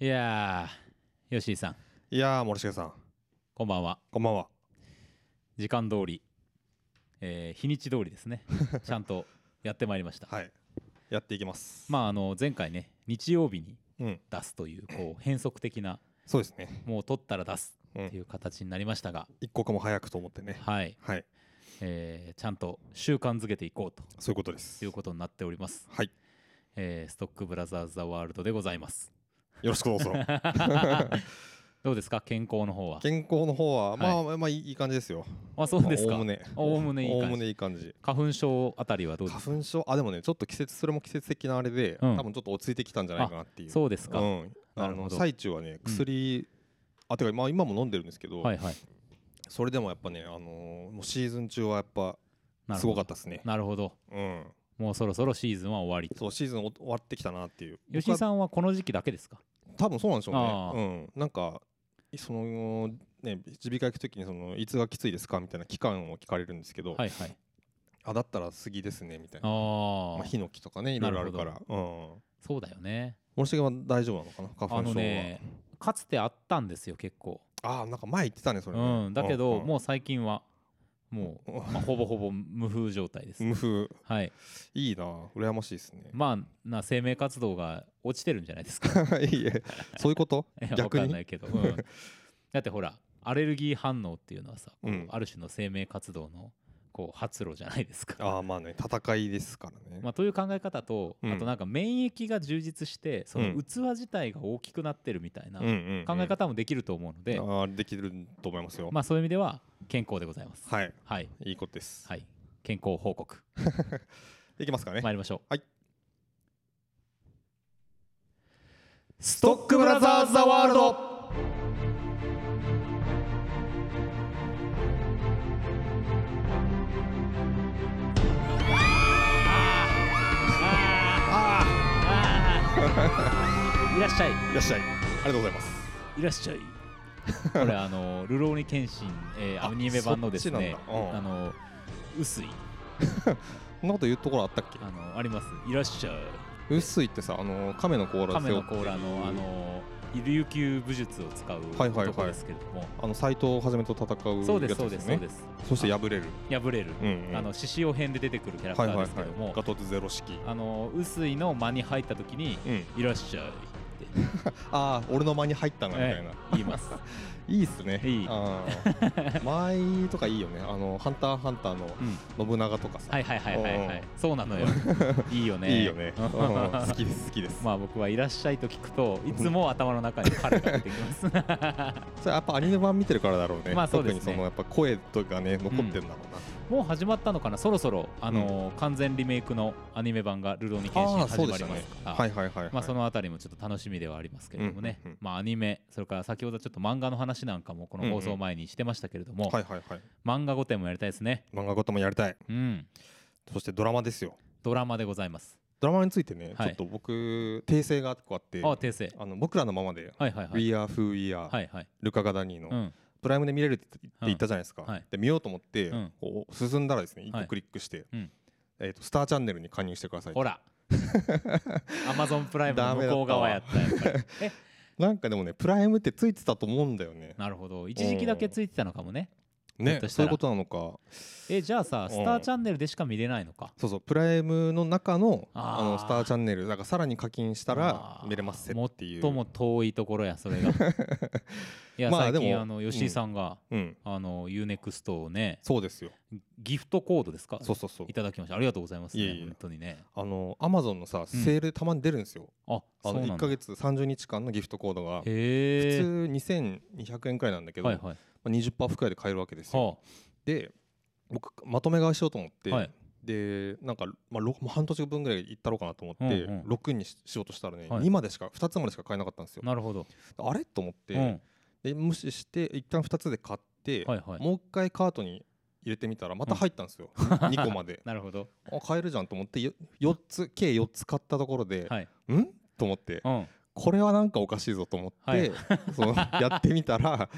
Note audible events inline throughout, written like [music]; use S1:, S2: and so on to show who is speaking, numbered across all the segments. S1: いやー、吉井さん、
S2: いやー森重さん
S1: こんばんは。
S2: こんばんは
S1: 時間通り、えー日にち通りです
S2: [laughs]
S1: ね。ちゃんとやってまいりました。
S2: はいやっていきます
S1: まあ、あの、前回ね、日曜日に
S2: うん
S1: 出すという、こう、変則的な、
S2: そうですね
S1: もう取ったら出す
S2: う
S1: ってい
S2: ん
S1: う形になりましたが、
S2: 一刻も早くと思ってね
S1: はい、
S2: はい
S1: えーちゃんと習慣づけていこうと
S2: そういうことです
S1: いうことになっております。
S2: はい
S1: えーストックブラザーズ・ザ・ワールドでござい
S2: [laughs]
S1: ます。
S2: よろしくどう
S1: [laughs]
S2: ぞ
S1: どうですか、健康の方は。
S2: 健康の方は
S1: はい
S2: まあまあまあいいいい感じですよ
S1: あ、そうです
S2: おお
S1: か
S2: む。ね
S1: おおむねいい
S2: おお
S1: 感
S2: む
S1: じ。
S2: ねいい感じ
S1: 花粉症あたりはどうですか
S2: 花粉症あでもねちょっと季節それも季節的なあれで
S1: うん
S2: 多分ちょっと落ち着いてきたんじゃないかなっていう
S1: そうですか。
S2: うん
S1: な
S2: あ
S1: るほ
S2: の
S1: ど
S2: 最中はね薬あてかまあ今も飲んでるんですけど
S1: はいはい。
S2: それでもやっぱねあのーもうシーズン中はやっぱ
S1: なるほど
S2: すごかったですね
S1: なるほど。
S2: うん
S1: もうそろそろシーズンは終わりと。
S2: そうシーズンお終わってきたなっていう
S1: 吉井
S2: 僕は
S1: さんはこの時期だけですか
S2: 多分そうなんでしょう
S1: ああ
S2: ねうんなんかそのね耳鼻科行く時にそのいつがきついですかみたいな期間を聞かれるんですけど、
S1: はいはい。
S2: あだったら杉ですねみたいな
S1: あ
S2: まあ、
S1: あ、
S2: ヒノキとかねいろいろあるからうん
S1: そうだよね。
S2: 森重は大丈夫なのかな花
S1: あ
S2: 粉
S1: の
S2: 症は
S1: ね、かつてあったんですよ、結構。
S2: ああなんか前言ってたねそれね、
S1: うん、だけど、
S2: ん
S1: もう最近は、もう、
S2: うん
S1: まあほぼほぼ無風状態です。
S2: [laughs] 無風
S1: はい。
S2: いいな羨ましいですね、
S1: まあ、な生命活動が落ちてるんじゃないですか。 [laughs]
S2: [laughs] いいえそういうこと
S1: いやわ
S2: 逆
S1: かん
S2: に
S1: ないけど。うんだってほら、アレルギー反応っていうのはさ、こう
S2: うん
S1: ある種の生命活動のこう発露じゃないですか。
S2: ああまあね戦いですからね、
S1: まあ、という考え方と、
S2: うん
S1: あとなんか免疫が充実してその
S2: うん
S1: 器自体が大きくなってるみたいな
S2: うんうんうん
S1: 考え方もできると思うので、
S2: ああできると思いますよ、
S1: まあ、そういう意味では健康でございます。い、
S2: はい
S1: はい
S2: いいことです、
S1: はい健康報告
S2: い、きますかね
S1: 参りましょう。
S2: はい
S1: ストックブラザーズ・ザ・ワールド
S2: あ
S1: いらっしゃい
S2: あいらっしゃいありがとうございます
S1: いらっしゃいこれあの「ルローニケンシン」えー
S2: あ
S1: アニメ版のですね
S2: そっちなんだうん
S1: あの薄い
S2: そんなこと言うところあったっけ
S1: あのありますいらっしゃい
S2: 薄いってさあの亀の甲羅
S1: 亀
S2: 背負
S1: の
S2: って
S1: 甲羅のあの琉球武術を使う
S2: はいはいはい
S1: 男ですけれども、
S2: あの斎藤はじめと戦うやつ
S1: そうですそうですそう
S2: ね
S1: です
S2: そして敗れる
S1: 破れる、
S2: うんうん
S1: あの獅子王編で出てくるキャラク
S2: はい
S1: タ
S2: はい
S1: ー
S2: は
S1: ですけども、
S2: いガトツゼロ式
S1: あの臼井の間に入った時に
S2: う
S1: 「
S2: ん
S1: いらっしゃい」って
S2: ああ俺の間に入ったなみたいな
S1: ええ言います [laughs]
S2: いいっすね
S1: いい
S2: あー前とかいいよねあのハンターハンターの
S1: うん
S2: 信長とかさ
S1: はいはいはいはいはい
S2: うん
S1: そうなの [laughs] よいいよね
S2: いいよねうん好きです好きです
S1: まあ僕は「いらっしゃい」と聞くといつも頭の中に彼が出てきます
S2: それやっぱアニメ版見てるからだろうね
S1: まあそうで
S2: 特
S1: すね
S2: にそのやっぱ声とかね残ってるんだろうな
S1: [laughs] もう始まったのかなそろそろあの、完全リメイクのアニメ版が「ルローニケンシン」
S2: ああー
S1: 始
S2: そうで
S1: ま
S2: し
S1: り
S2: た
S1: ま
S2: ね
S1: すから
S2: はいはいはいはい
S1: まあ、そのあたりもちょっと楽しみではありますけれどもね、
S2: うんうんうん
S1: まあ、アニメそれから先ほどちょっと漫画の話なんかもこの放送前にしてましたけれども、
S2: はいはいはい
S1: 漫画御殿もやりたいですね、
S2: 漫画ごともやりたい
S1: うん、
S2: そしてドラマですよ
S1: ドラマでございます
S2: ドラマについてね、
S1: はい
S2: ちょっと僕訂正が一個あって
S1: ああ訂正
S2: あの僕らのままで
S1: はいはいは
S2: 「
S1: い
S2: We are who we are、
S1: はいはい
S2: ルカ・ガダニーの、
S1: うん
S2: プライムで見れるって言って言ったじゃないですか、
S1: うんはい
S2: で見ようと思って、
S1: うん
S2: こう進んだらですね一
S1: は
S2: 個
S1: い
S2: クリックして、
S1: うん
S2: えーと「スターチャンネル」に加入してください
S1: ほ
S2: [laughs]
S1: らアマゾンプライムの向こう側やったやっぱりえ
S2: なんかでもねプライムってついてたと思うんだよね
S1: なるほ
S2: [laughs]
S1: ど一時期だけついてたのかもねひょっ
S2: ね
S1: とし
S2: そ
S1: た
S2: うい
S1: ら
S2: うことなのか
S1: えじゃあさ
S2: う
S1: ス
S2: ん
S1: ターチャンネルでしか見れないのか
S2: そうそうプライムの中の
S1: あー
S2: あのスターチャンネルだからさらに課金したら
S1: あー
S2: 見れますっていう
S1: とも遠いところやそ
S2: [laughs]
S1: れがいや、
S2: まあ
S1: 最
S2: で
S1: 近
S2: も
S1: あの吉井さんが、
S2: うん
S1: あの UNEXT をね
S2: そうですよ
S1: ギフトコードですか
S2: そうそうそう
S1: いただきましたありがとうございますね
S2: いえいえ
S1: 本当にね
S2: あのアマゾンのさセールでたまに出るんですよ、
S1: あそ
S2: あ
S1: う
S2: の
S1: なんだ
S2: 1か
S1: へ
S2: 月30日間のギフトコードが普
S1: え
S2: 通2200円くらいなんだけど、
S1: はいはい
S2: まあ20%オフくらいで買えるわけですよ、
S1: は
S2: で僕まとめ買いしようと思って、
S1: はい
S2: でなんか、まあ、ろもう半年分ぐらいいったろうかなと思って、
S1: うんうん
S2: 6にししようとしたらね、
S1: はい
S2: 2までしか2つまでしか買えなかったんですよ
S1: あなるほど
S2: あれと思って、
S1: うん
S2: で無視して一旦2つで買って、
S1: はいはい
S2: もう一回カートに入れてみたらまた入ったんですよ、2個
S1: [laughs]
S2: まで
S1: なるほど
S2: あ買えるじゃんと思ってよ4つ計4つ買ったところで、
S1: はい
S2: んと思って
S1: うん
S2: [laughs] これはなんかおかしいぞと思って、
S1: はい
S2: そのやってみたら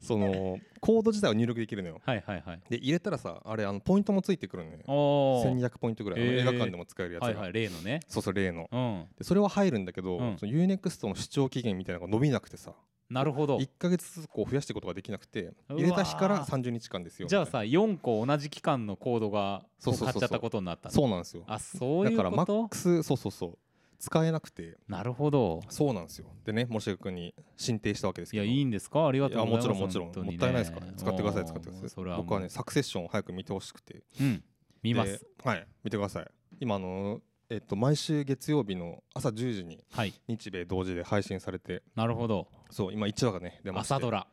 S2: そのコード自体は入力できるのよ
S1: はいはいはい
S2: で入れたらさあれあのポイントもついてくるのよ
S1: おー
S2: 1200ポイントぐらい、あの
S1: へー
S2: 映画館でも使えるやつが、
S1: はいはい例のね
S2: そうそう例の
S1: うん
S2: でそれは入るんだけど、
S1: うん
S2: その UNEXT の視聴期限みたいなのが伸びなくてさ
S1: なるほど
S2: 1か月ずつこう増やしていくことができなくて
S1: うわー
S2: 入れた日から30日間ですよ
S1: じゃあさ4個同じ期間のコードが
S2: そうそうそうそ
S1: 買っ
S2: う
S1: ちゃったことになった
S2: みたい
S1: の
S2: なそうなんですよ
S1: あそうい
S2: だから
S1: う
S2: マ
S1: こ
S2: ッ
S1: と
S2: クスそうそうそう使えなくて
S1: なるほど
S2: そうなんですよでね森重君に申請したわけです
S1: い
S2: けど
S1: やいいんですかありがとうございます
S2: いやもちろんもちろん、
S1: 本当に
S2: もっ
S1: ね
S2: たいないですからね使ってください
S1: おー
S2: 使ってください
S1: それはもう
S2: 僕はねサクセッションを早く見てほしくて
S1: うん見ま
S2: ですはい見てください今あのえっと毎週月曜日の朝10時に
S1: はい
S2: 日米同時で配信されて
S1: なるほど
S2: そう今1話がね出まして
S1: 朝ドラ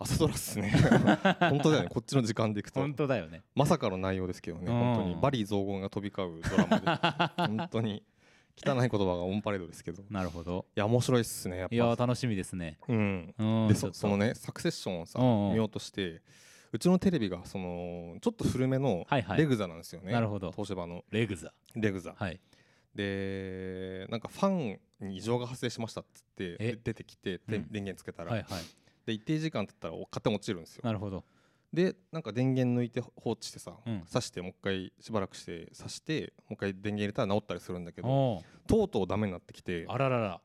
S2: 朝ドラっ
S1: [laughs]
S2: すね本当だよねこっちの時間でいくと
S1: 本当だよね
S2: まさかの内容ですけどね
S1: うん
S2: 本当にバリ雑言が飛び交うド
S1: [laughs]
S2: ラマで本当に汚い言葉がオンパレードですけどい
S1: なるほど
S2: や面白いっすねやっ
S1: いや
S2: ぱ
S1: ー楽しみですね
S2: うん
S1: うん
S2: で
S1: ちょ
S2: そ
S1: っと
S2: そのねサクセッションをさ
S1: うんうん
S2: 見ようとしてうちのテレビがそのちょっと古めの
S1: はいはい
S2: レグザなんですよね
S1: なるほど
S2: 東芝の
S1: レグザ
S2: レグザ
S1: はい
S2: でなんかファンに異常が発生しましたっつって
S1: え
S2: で出てきてで
S1: うん
S2: 電源つけた
S1: はいは
S2: ら
S1: い
S2: で一定時間経ったらお勝手に落ちるんですよ
S1: なるほど
S2: でなんか電源抜いて放置してさ
S1: うん
S2: 挿してもう一回しばらくして挿してもう一回電源入れたら治ったりするんだけど
S1: おー
S2: とうとうダメになってきて
S1: あららら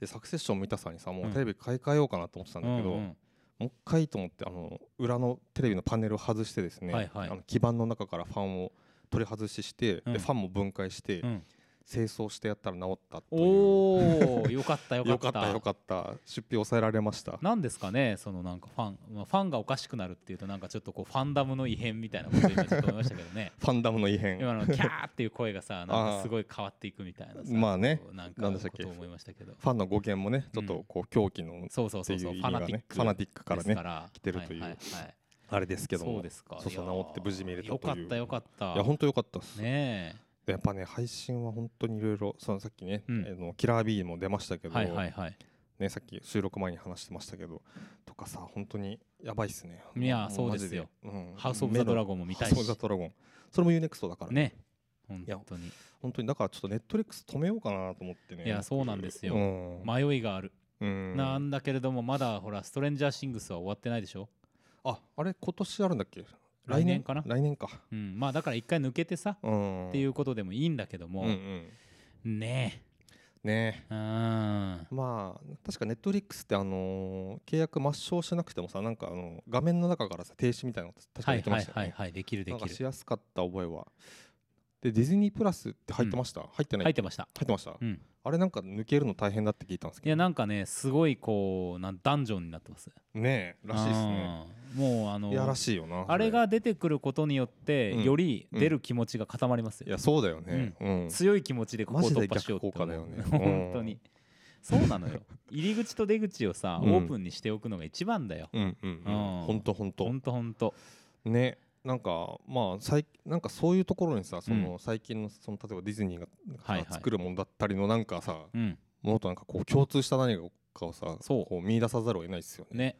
S2: でサクセッション見たさにさもううんテレビ買い替えようかなと思ってたんだけ
S1: う
S2: ど
S1: んうん
S2: もう一回と思ってあの裏のテレビのパネルを外してですね、
S1: はいはい
S2: あの基板の中からファンを取り外しして、
S1: うん
S2: でファンも分解して、
S1: うん
S2: 清掃してやったら治ったという
S1: おおよか
S2: [laughs]
S1: ったよか
S2: よ
S1: っ
S2: かったたよかった出費抑えられました
S1: なんですかねそのなんかファン、まあ、ファンがおかしくなるっていうとなんかちょっとこうファンダムの異変みたいなこと今ちょっと思いましたけどね
S2: ファンダムの異変
S1: 今のキャーっていう声がさなんかすごい変わっていくみたいなさ
S2: まあね
S1: こうなん
S2: な
S1: か
S2: んでしたっ
S1: こ
S2: け
S1: とを思いましたけど
S2: ファンの語源もねちょっとこう狂気のっ
S1: そうそう
S2: て
S1: そそ
S2: いうう
S1: う
S2: 意
S1: ファ
S2: 味が
S1: ナティッ
S2: ね
S1: ク
S2: ファナティックから
S1: ですか
S2: ね
S1: ら
S2: 来てるという
S1: はは
S2: あれですけども
S1: そうですか
S2: そうそう
S1: いやー
S2: 治って無事見れたという
S1: よかったよかった
S2: いや本当よかったです、
S1: ね
S2: でやっぱね配信は本当にいろいろそのさっきね、
S1: うん
S2: あのキラー B も出ましたけ
S1: え
S2: ど、
S1: はいはいはい
S2: ね、さっき収録前に話してましたけどとかさ本当にやばいっすね
S1: いや
S2: も
S1: そう
S2: マ
S1: です
S2: ジ
S1: よ
S2: うん
S1: ハウス・オブ・ザ・ドラ
S2: ン
S1: ゴンも見
S2: ハ
S1: た
S2: ウ
S1: い
S2: ス・オブ・ザ・
S1: し
S2: ドラゴンそれもユーネクストだから
S1: ね本当に
S2: 本当にだからちょっとネットレックス止めようかなと思ってね
S1: いやそうなんですよ
S2: うん
S1: 迷いがある
S2: うん
S1: なんだけれどもまだほらストレンジャー・シングスは終わってないでしょ
S2: ああれ今年あるんだっけ
S1: 来年かな
S2: 来年か
S1: うん、まあだから一回抜けてさ、
S2: うん
S1: っていうことでもいいんだけども、
S2: うんうん
S1: ね
S2: ね
S1: えうん
S2: えまあ確かネットリックスってあのー契約抹消しなくてもさなんかあの画面の中からさ停止みたいなの確か
S1: は
S2: に
S1: い
S2: でき
S1: は
S2: ま
S1: い
S2: したよね
S1: はいはいできるで
S2: なん
S1: き
S2: か
S1: る
S2: しやすかった覚えはでディズニープラスって入ってました、入ってない
S1: 入ってました
S2: 入ってました、
S1: うん
S2: あれなんか抜けるの大変だって聞いたんです
S1: い
S2: け
S1: や
S2: ど
S1: なんかねすごいこうなんダンジョンになってます
S2: ねえらしいですね
S1: うんもうあの
S2: いやらしいよな
S1: あれが出てくることによって、
S2: うん
S1: より出る気持ちが固まります
S2: い
S1: よ、
S2: やそうだよねうん、
S1: 強い気持ちでここを
S2: マジで
S1: 突破しようって思う
S2: 逆効果だよねうん
S1: [laughs] 本当にそうなのよ入り口と出口をさ、
S2: うん
S1: オープンにしておくのが一番だよ
S2: うんうんうん
S1: うん
S2: ほんとほんと
S1: ほんとほんと
S2: ねなんかまあ最なんかそういうところにさその最近のその例えばディズニーが
S1: はいはい
S2: 作るものだったりのなんかさ
S1: うん
S2: ものとなんかこう共通した何かをさ
S1: そう
S2: こう見出さざるを得ないですよね
S1: ね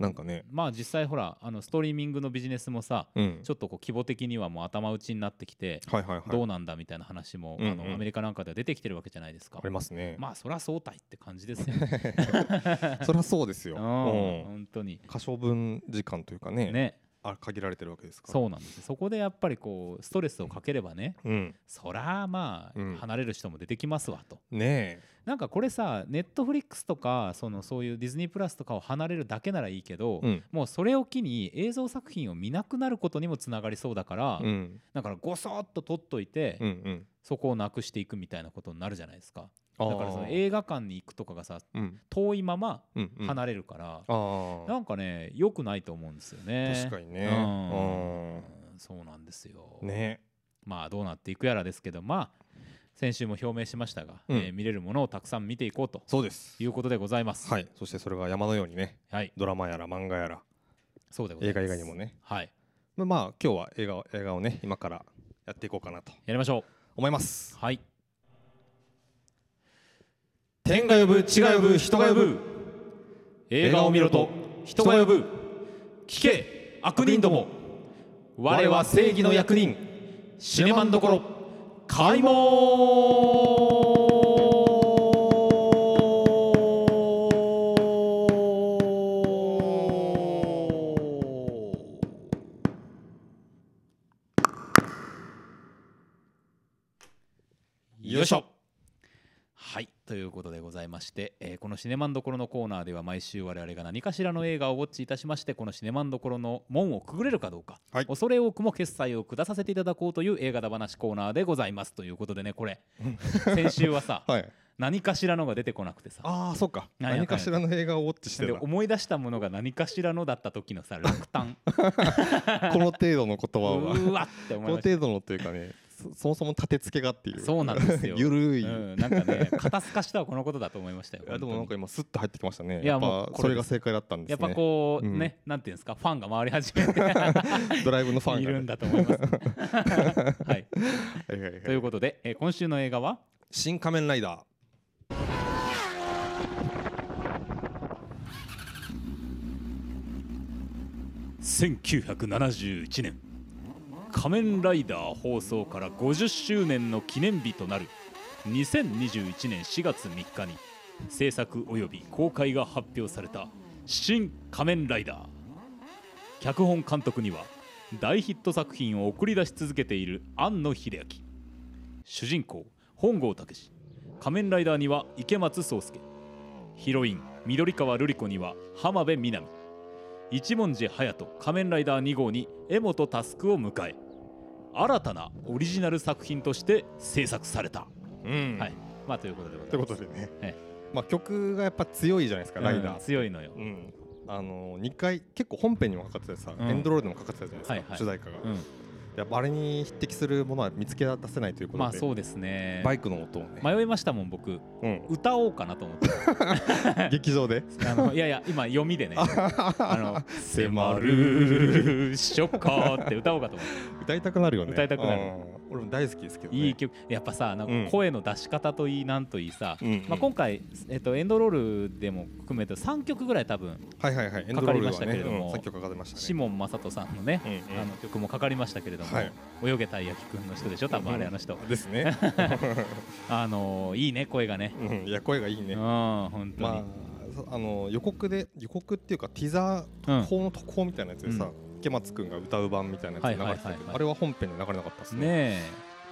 S2: なんかね
S1: まあ実際ほらあのストリーミングのビジネスもさ
S2: うん
S1: ちょっとこう規模的にはもう頭打ちになってきて
S2: はいはいはい
S1: どうなんだみたいな話も
S2: うん
S1: あ
S2: うん
S1: のアメリカなんかでは出てきてるわけじゃないですか
S2: ありますね
S1: まあそりゃ相対って感じですよ
S2: そりゃそうです
S1: うん
S2: よ、うん、
S1: 本当に
S2: 可処分時間というかね
S1: ね
S2: あ限られてるわけですから
S1: そうなんですよそこでやっぱりこうストレスをかければね
S2: う、ん、
S1: そりゃま
S2: うん
S1: あ離れる人も出てきますわと
S2: ね
S1: なんかこれさネットフリックスとかそのそういうディズニープラスとかを離れるだけならいいけど
S2: え、うん
S1: もうそれを機に映像作品を見なくなることにもつながりそうだから
S2: うん
S1: だからごそっと取っといて、
S2: うんうん
S1: そこをなくしていくみたいなことになるじゃないですか
S2: あー
S1: だからその映画館に行くとかがさ
S2: うん
S1: 遠いまま
S2: うんうん
S1: 離れるから、
S2: あ
S1: な
S2: あ
S1: んかね良くないと思うんですよね
S2: 確かにね
S1: うんそうなんですよ、
S2: うんね
S1: まあどうなっていくやらですけどまあ先週も表明しましたが、
S2: うん
S1: えー見れるものをたくさん見ていこうと
S2: そうです
S1: いうことでございます
S2: はいそしてそれが山のようにね
S1: はい
S2: ドラマやら漫画やら
S1: そうでござい
S2: 映
S1: ます
S2: 画以外にもね
S1: はい
S2: まあまあ今日は映画を映画をね今からやっていこうかなと
S1: やりましょ
S2: 思います
S1: うはい
S2: 天が呼ぶ地が呼ぶ人が呼ぶ
S1: 映画を見ろと人が呼ぶ聞け悪人ども我は正義の役人シネマンどころ開門
S2: お
S1: まして、えーこのシネマンどころのコーナーでは毎週我々が何かしらの映画をウォッチいたしましてこのシネマンどころの門をくぐれるかどうか、
S2: はい
S1: 恐れ多くも決済を下させていただこうという映画だ話コーナーでございますということでね
S2: [laughs]
S1: これ先週はさ、
S2: はい
S1: 何かしらのが出てこなくてさ
S2: ああそうか
S1: なんや
S2: 何かしらの映画をウォッチして
S1: で
S2: たこ
S1: 思い出したものが何かしらのだった時のさ落
S2: [laughs]
S1: 胆
S2: の程度の言葉
S1: う [laughs]
S2: は
S1: ーわって
S2: こ
S1: 思い
S2: の
S1: ました
S2: 程度のっていうかねそそもそも立て付けがって [laughs] いう
S1: そうなんですよ
S2: ゆるい、
S1: うん、なんかね肩透かしたはこのことだと思いましたよ
S2: [laughs] いやでもなん
S1: 本当
S2: か
S1: に
S2: 今スッと入ってきましたね
S1: いや
S2: やっ
S1: もう
S2: ぱ
S1: こ
S2: そ
S1: れ
S2: れ
S1: で
S2: が
S1: す
S2: 正解だったんですね
S1: やっぱこう
S2: うん
S1: ね、なんていうんですかファンが回り始めて
S2: ドライブのファンが、ね、
S1: いるんだと思います、 [laughs] はい、
S2: はいはいはい
S1: ということで、えー今週の映画は
S2: 新仮面ライダー
S1: 1971年「仮面ライダー」放送から50周年の記念日となる2021年4月3日に制作及び公開が発表された「新仮面ライダー」脚本監督には大ヒット作品を送り出し続けている庵野秀明主人公本郷武史仮面ライダーには池松壮亮ヒロイン緑川瑠璃子には浜辺美波一文字隼人仮面ライダー2号に柄本佑を迎え新たなオリジナル作品として制作された、
S2: うん
S1: はいまあということでござ
S2: と
S1: い
S2: い
S1: ます
S2: うことでね、
S1: え
S2: まあ、曲がやっぱ強いじゃないですか、ライダ
S1: うん
S2: ー、
S1: 強いのよ
S2: う、んあの2回結構本編にもかかってたしさ、
S1: うん
S2: エンドロールでもかかってたじゃないですか、
S1: はいはい
S2: 主題歌が、
S1: う
S2: や
S1: ん
S2: っぱあれに匹敵するものは見つけ出せないということで、
S1: まあそうですね
S2: バイクの音をね、
S1: 迷いましたもん僕
S2: うん、
S1: 歌おうかなと思って
S2: 劇場で
S1: あ
S2: [laughs]
S1: のいやいや今読みでねあの「迫
S2: 迫
S1: るショッカー」って歌おうかと思って
S2: 歌いたくなるよね
S1: 歌いたくなる
S2: うん俺も大好きですけど、ね、
S1: いい曲やっぱさなん
S2: うん
S1: か声の出し方といいなんといいさ、
S2: うんうん
S1: まあ、今回、えっと、エンドロールでも含めて3曲ぐらい多分
S2: はいはいはいエンド
S1: かか
S2: ロー
S1: り
S2: ル
S1: ま
S2: はね
S1: したけれども
S2: うん、さっきかかりましたね
S1: シモン雅人さんのね、
S2: うんうん
S1: あの曲もかかりましたけれども、
S2: はい
S1: 泳げたいやきくんの人でしょ多分あれあの人、
S2: ですね、
S1: あのーいいね声がね
S2: うん、いや声がいいね、
S1: うん本当に、
S2: まあそあの予告で予告っていうかティザ
S1: う
S2: ー
S1: ん
S2: 特報の特報みたいなやつでさ、池松くんが歌う版みたいなやつで流
S1: はいは
S2: れてた
S1: い
S2: け
S1: はい
S2: ど
S1: はい
S2: あれは本編で流れなかったですね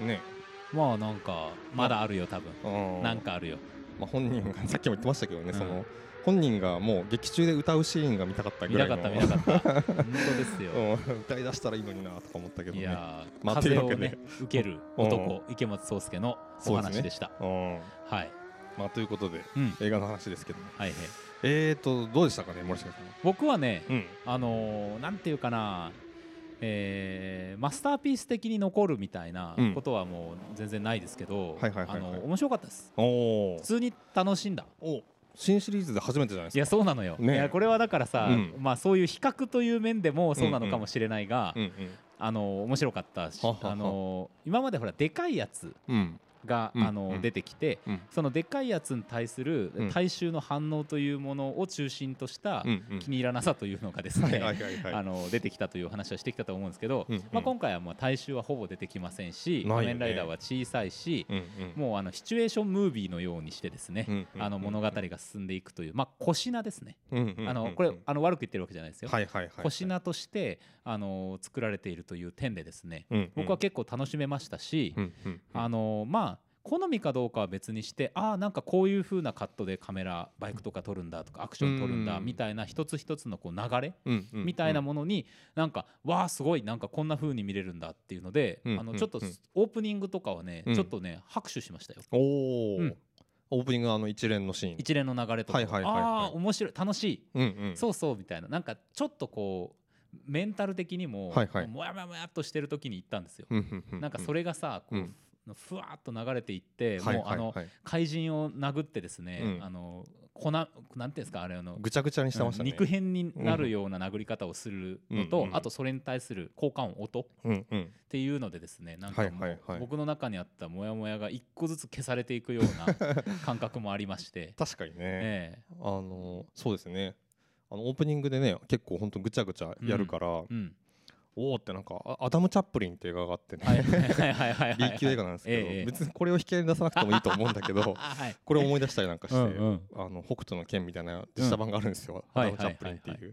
S1: ね
S2: ね
S1: えまあなんかまだあるよ多分、
S2: うん
S1: なんかあるよ
S2: まあ、本人が [laughs] さっきも言ってましたけど
S1: う
S2: ね、
S1: ん
S2: その本人がもう劇中で歌うシーンが見たかった
S1: 見
S2: ぐら
S1: た
S2: い
S1: か
S2: の
S1: った見たかった
S2: [laughs]
S1: 本当ですよ、
S2: うん歌い出したらいいのになとか思ったけど
S1: い
S2: ね
S1: やー、
S2: まあ
S1: 風を
S2: というわ
S1: ね
S2: け
S1: 受ける男池松壮亮のお
S2: そうです
S1: 話
S2: ね
S1: でした
S2: うん
S1: はい、
S2: まあ、ということで
S1: うん
S2: 映画の話ですけどね
S1: はいはい、
S2: えーとどうでしたかね森下さん
S1: 僕はね、
S2: うん
S1: あのーなんていうかな、えーマスターピース的に残るみたいな
S2: うん
S1: ことはもう全然ないですけど、
S2: はいはいはいはい
S1: あの面白かったです。
S2: お
S1: 普通に楽しんだ。
S2: お新シリーズで初めてじゃない
S1: い
S2: で
S1: や
S2: すか
S1: そうなのよ、
S2: ね
S1: いやこれはだからさ、
S2: うん
S1: まあ、そういう比較という面でもそうなのかもしれないが、
S2: うん
S1: あのー面白かったし
S2: ははは
S1: あのー今までほらでかいやつ
S2: うんうん
S1: が、
S2: うん
S1: あのー
S2: うん
S1: 出てきて
S2: うん
S1: そのでかいやつに対する
S2: うん
S1: 大衆の反応というものを中心とした
S2: うんうん
S1: 気に入らなさというのがですね、
S2: はいはいはいはい
S1: あの出てきたというお話をしてきたと思うんですけど、
S2: うんうん
S1: まあ、今回はまあ大衆はほぼ出てきませんし「
S2: ないよ
S1: 仮
S2: ね
S1: 面ライダー」は小さいし、
S2: うんうん
S1: もうあのシチュエーションムービーのようにしてですね、
S2: うんうんうん
S1: あの物語が進んでいくという、まあ、小品ですね、
S2: うんうんうん
S1: あのこれあの悪く言ってるわけじゃないですよ、
S2: はいはいはい
S1: 小品としてあの作られているという点でですね、
S2: うんうん
S1: 僕は結構楽しめましたし、
S2: うんうん
S1: あのまあ好みかどうかは別にしてああなんかこういう風なカットでカメラバイクとか撮るんだとかアクション撮るんだ
S2: うん
S1: みたいな一つ一つのこう流れ
S2: うんうん
S1: みたいなものになんかわあすごいなんかこんな風に見れるんだっていうので
S2: うん
S1: あの
S2: うん
S1: ちょっと
S2: うん
S1: オープニングとかはね
S2: うん
S1: ちょっとね拍手しましたよ
S2: おおー、
S1: うん
S2: オープニングのあの一連のシーン
S1: 一連の流れとか
S2: はいはいはいはい
S1: ああ面白い楽しい
S2: うんうん
S1: そうそうみたいななんかちょっとこうメンタル的にも
S2: はいはい
S1: もやもやもやっとしてる時に行ったんですよ
S2: うんうんう
S1: なんかそれがさこ
S2: う
S1: うんふわーっと流れていって
S2: はい
S1: もう
S2: はい
S1: あの
S2: はい
S1: 怪人を殴ってですね、
S2: うん
S1: あの粉なんていうんですかあれあの、
S2: ぐちゃぐちゃにしてまし
S1: う
S2: た
S1: ん
S2: ね、
S1: 肉片になるような殴り方をするのと、
S2: うんうん
S1: あとそれに対する効果音音っ
S2: うんうん
S1: ていうのでですねなんかもう
S2: はいはいはい
S1: 僕の中にあったモヤモヤが一個ずつ消されていくよう
S2: [laughs]
S1: な感覚もありまして、
S2: 確かにね、
S1: ええ
S2: あのそうですねあのオープニングでね結構ほんとぐちゃぐちゃやるから、
S1: うん、
S2: おおってなんかあアダム・チャップリンって映画があってね、
S1: はいはいはいはいはいはい
S2: B 級映画なんですけど、
S1: ええええ
S2: 別にこれを引き合いに出さなくてもいいと思うんだ
S1: [laughs]
S2: けど
S1: あはい
S2: これを思い出したりなんかして、
S1: うんうん
S2: あの北斗の拳みたいな実写版があるんですよ、
S1: うん
S2: アダム・チャップリンっていう、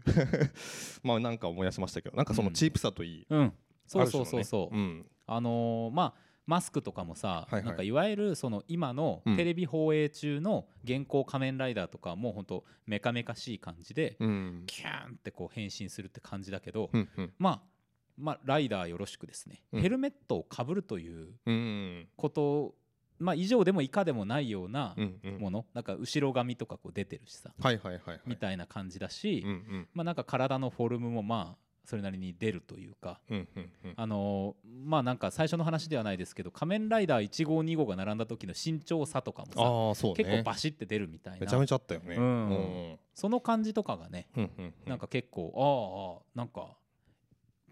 S2: [laughs] まあなんか思い出しましたけどなんかそのチープさといい、
S1: うんそうそうそうそう、
S2: うん
S1: あのーまあマスクとかもさ、
S2: はいはい
S1: なんかいわゆるその今の
S2: うん
S1: テレビ放映中の現行仮面ライダーとかはもうほんとメカメカしい感じで、
S2: うん
S1: キャーンってこう変身するって感じだけど、
S2: うんうん
S1: まあまあライダーよろしくですね、
S2: うん
S1: ヘルメットをかぶるという
S2: うん
S1: ことまあ以上でも以下でもないような
S2: うんうん
S1: もの、なんか後ろ髪とかこう出てるしさ、
S2: はいはいはいはい
S1: みたいな感じだし、
S2: うんうん
S1: まあなんか体のフォルムもまあそれなりに出るというか。
S2: うんうんうん
S1: あのーまあなんか最初の話ではないですけど「仮面ライダー1号2号」が並んだ時の身長差とかもさ、
S2: ああそうね
S1: 結構バシって出るみたい
S2: めちゃめ
S1: な
S2: ちゃあったよね
S1: うん
S2: うん
S1: その感じとかがね
S2: うんうん
S1: なんか結構ああああなんか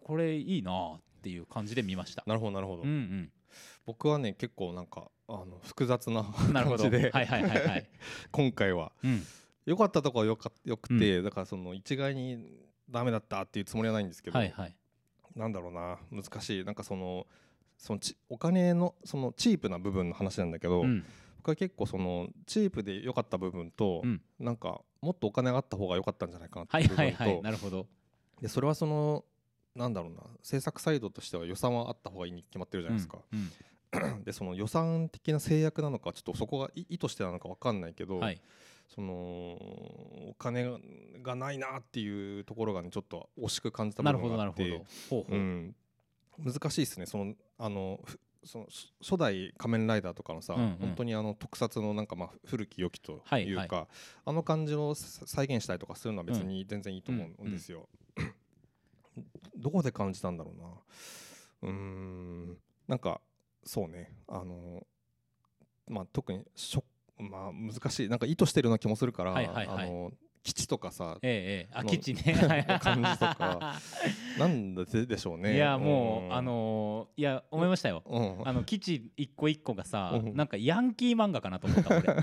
S1: これいいなあっていう感じで見ました。
S2: なるほどなるほど
S1: うんうん、
S2: 僕はね結構なんかあの複雑な
S1: なるほど。
S2: 感じで
S1: はいはいはいはい。
S2: [laughs] 今回は
S1: うん、
S2: 良かったとこはよかよくてだからその一概にダメだったっていうつもりはないんですけど
S1: はいはい。
S2: なんだろうな難しいなんかそのそのちお金のそのチープな部分の話なんだけど、
S1: うん、
S2: 僕は結構そのチープで良かった部分と、
S1: うん
S2: なんかもっとお金があった方が良かったんじゃないかなって
S1: はいいう
S2: 部
S1: は
S2: 分
S1: い
S2: と、
S1: はい。なるほど。
S2: でそれはそのなんだろうな制作サイドとしては予算はあった方がいいに決まってるじゃないですか、
S1: うん
S2: でその予算的な制約なのかちょっとそこがい意図してなのか分かんないけ
S1: う
S2: ど、
S1: んはい。
S2: そのお金ががないなっていうところがねちょっと惜しく感じた部
S1: なる
S2: 分
S1: ほど
S2: が
S1: なる
S2: あっ
S1: ほ
S2: て
S1: ど。ほうほ
S2: う
S1: う。
S2: ん、難しいですねそのあのふそのし初代「仮面ライダー」とかのさ、
S1: うんうん
S2: 本当にあの特撮のなんかまあ古き良きというか、
S1: はいはい
S2: あの感じをさ再現したりとかするのは別に全然いいと思うんですよ。 [clears throat] どこで感じたんだろうなうーんなんかそうねあのまあ特にしょまあ難しいなんか意図してるような気もするから、
S1: はいはいはい
S2: あの基地とかさ
S1: ええええ、あ
S2: の
S1: 基地ね。
S2: [laughs]
S1: はい
S2: 感じと
S1: [laughs]
S2: か。なんででしょうね。
S1: いやもう、
S2: ん
S1: あのーいや思いましたよ。
S2: うん
S1: あの基地一個一個がさ、
S2: うん
S1: なんかヤンキー漫画かなと思った
S2: [laughs]
S1: 俺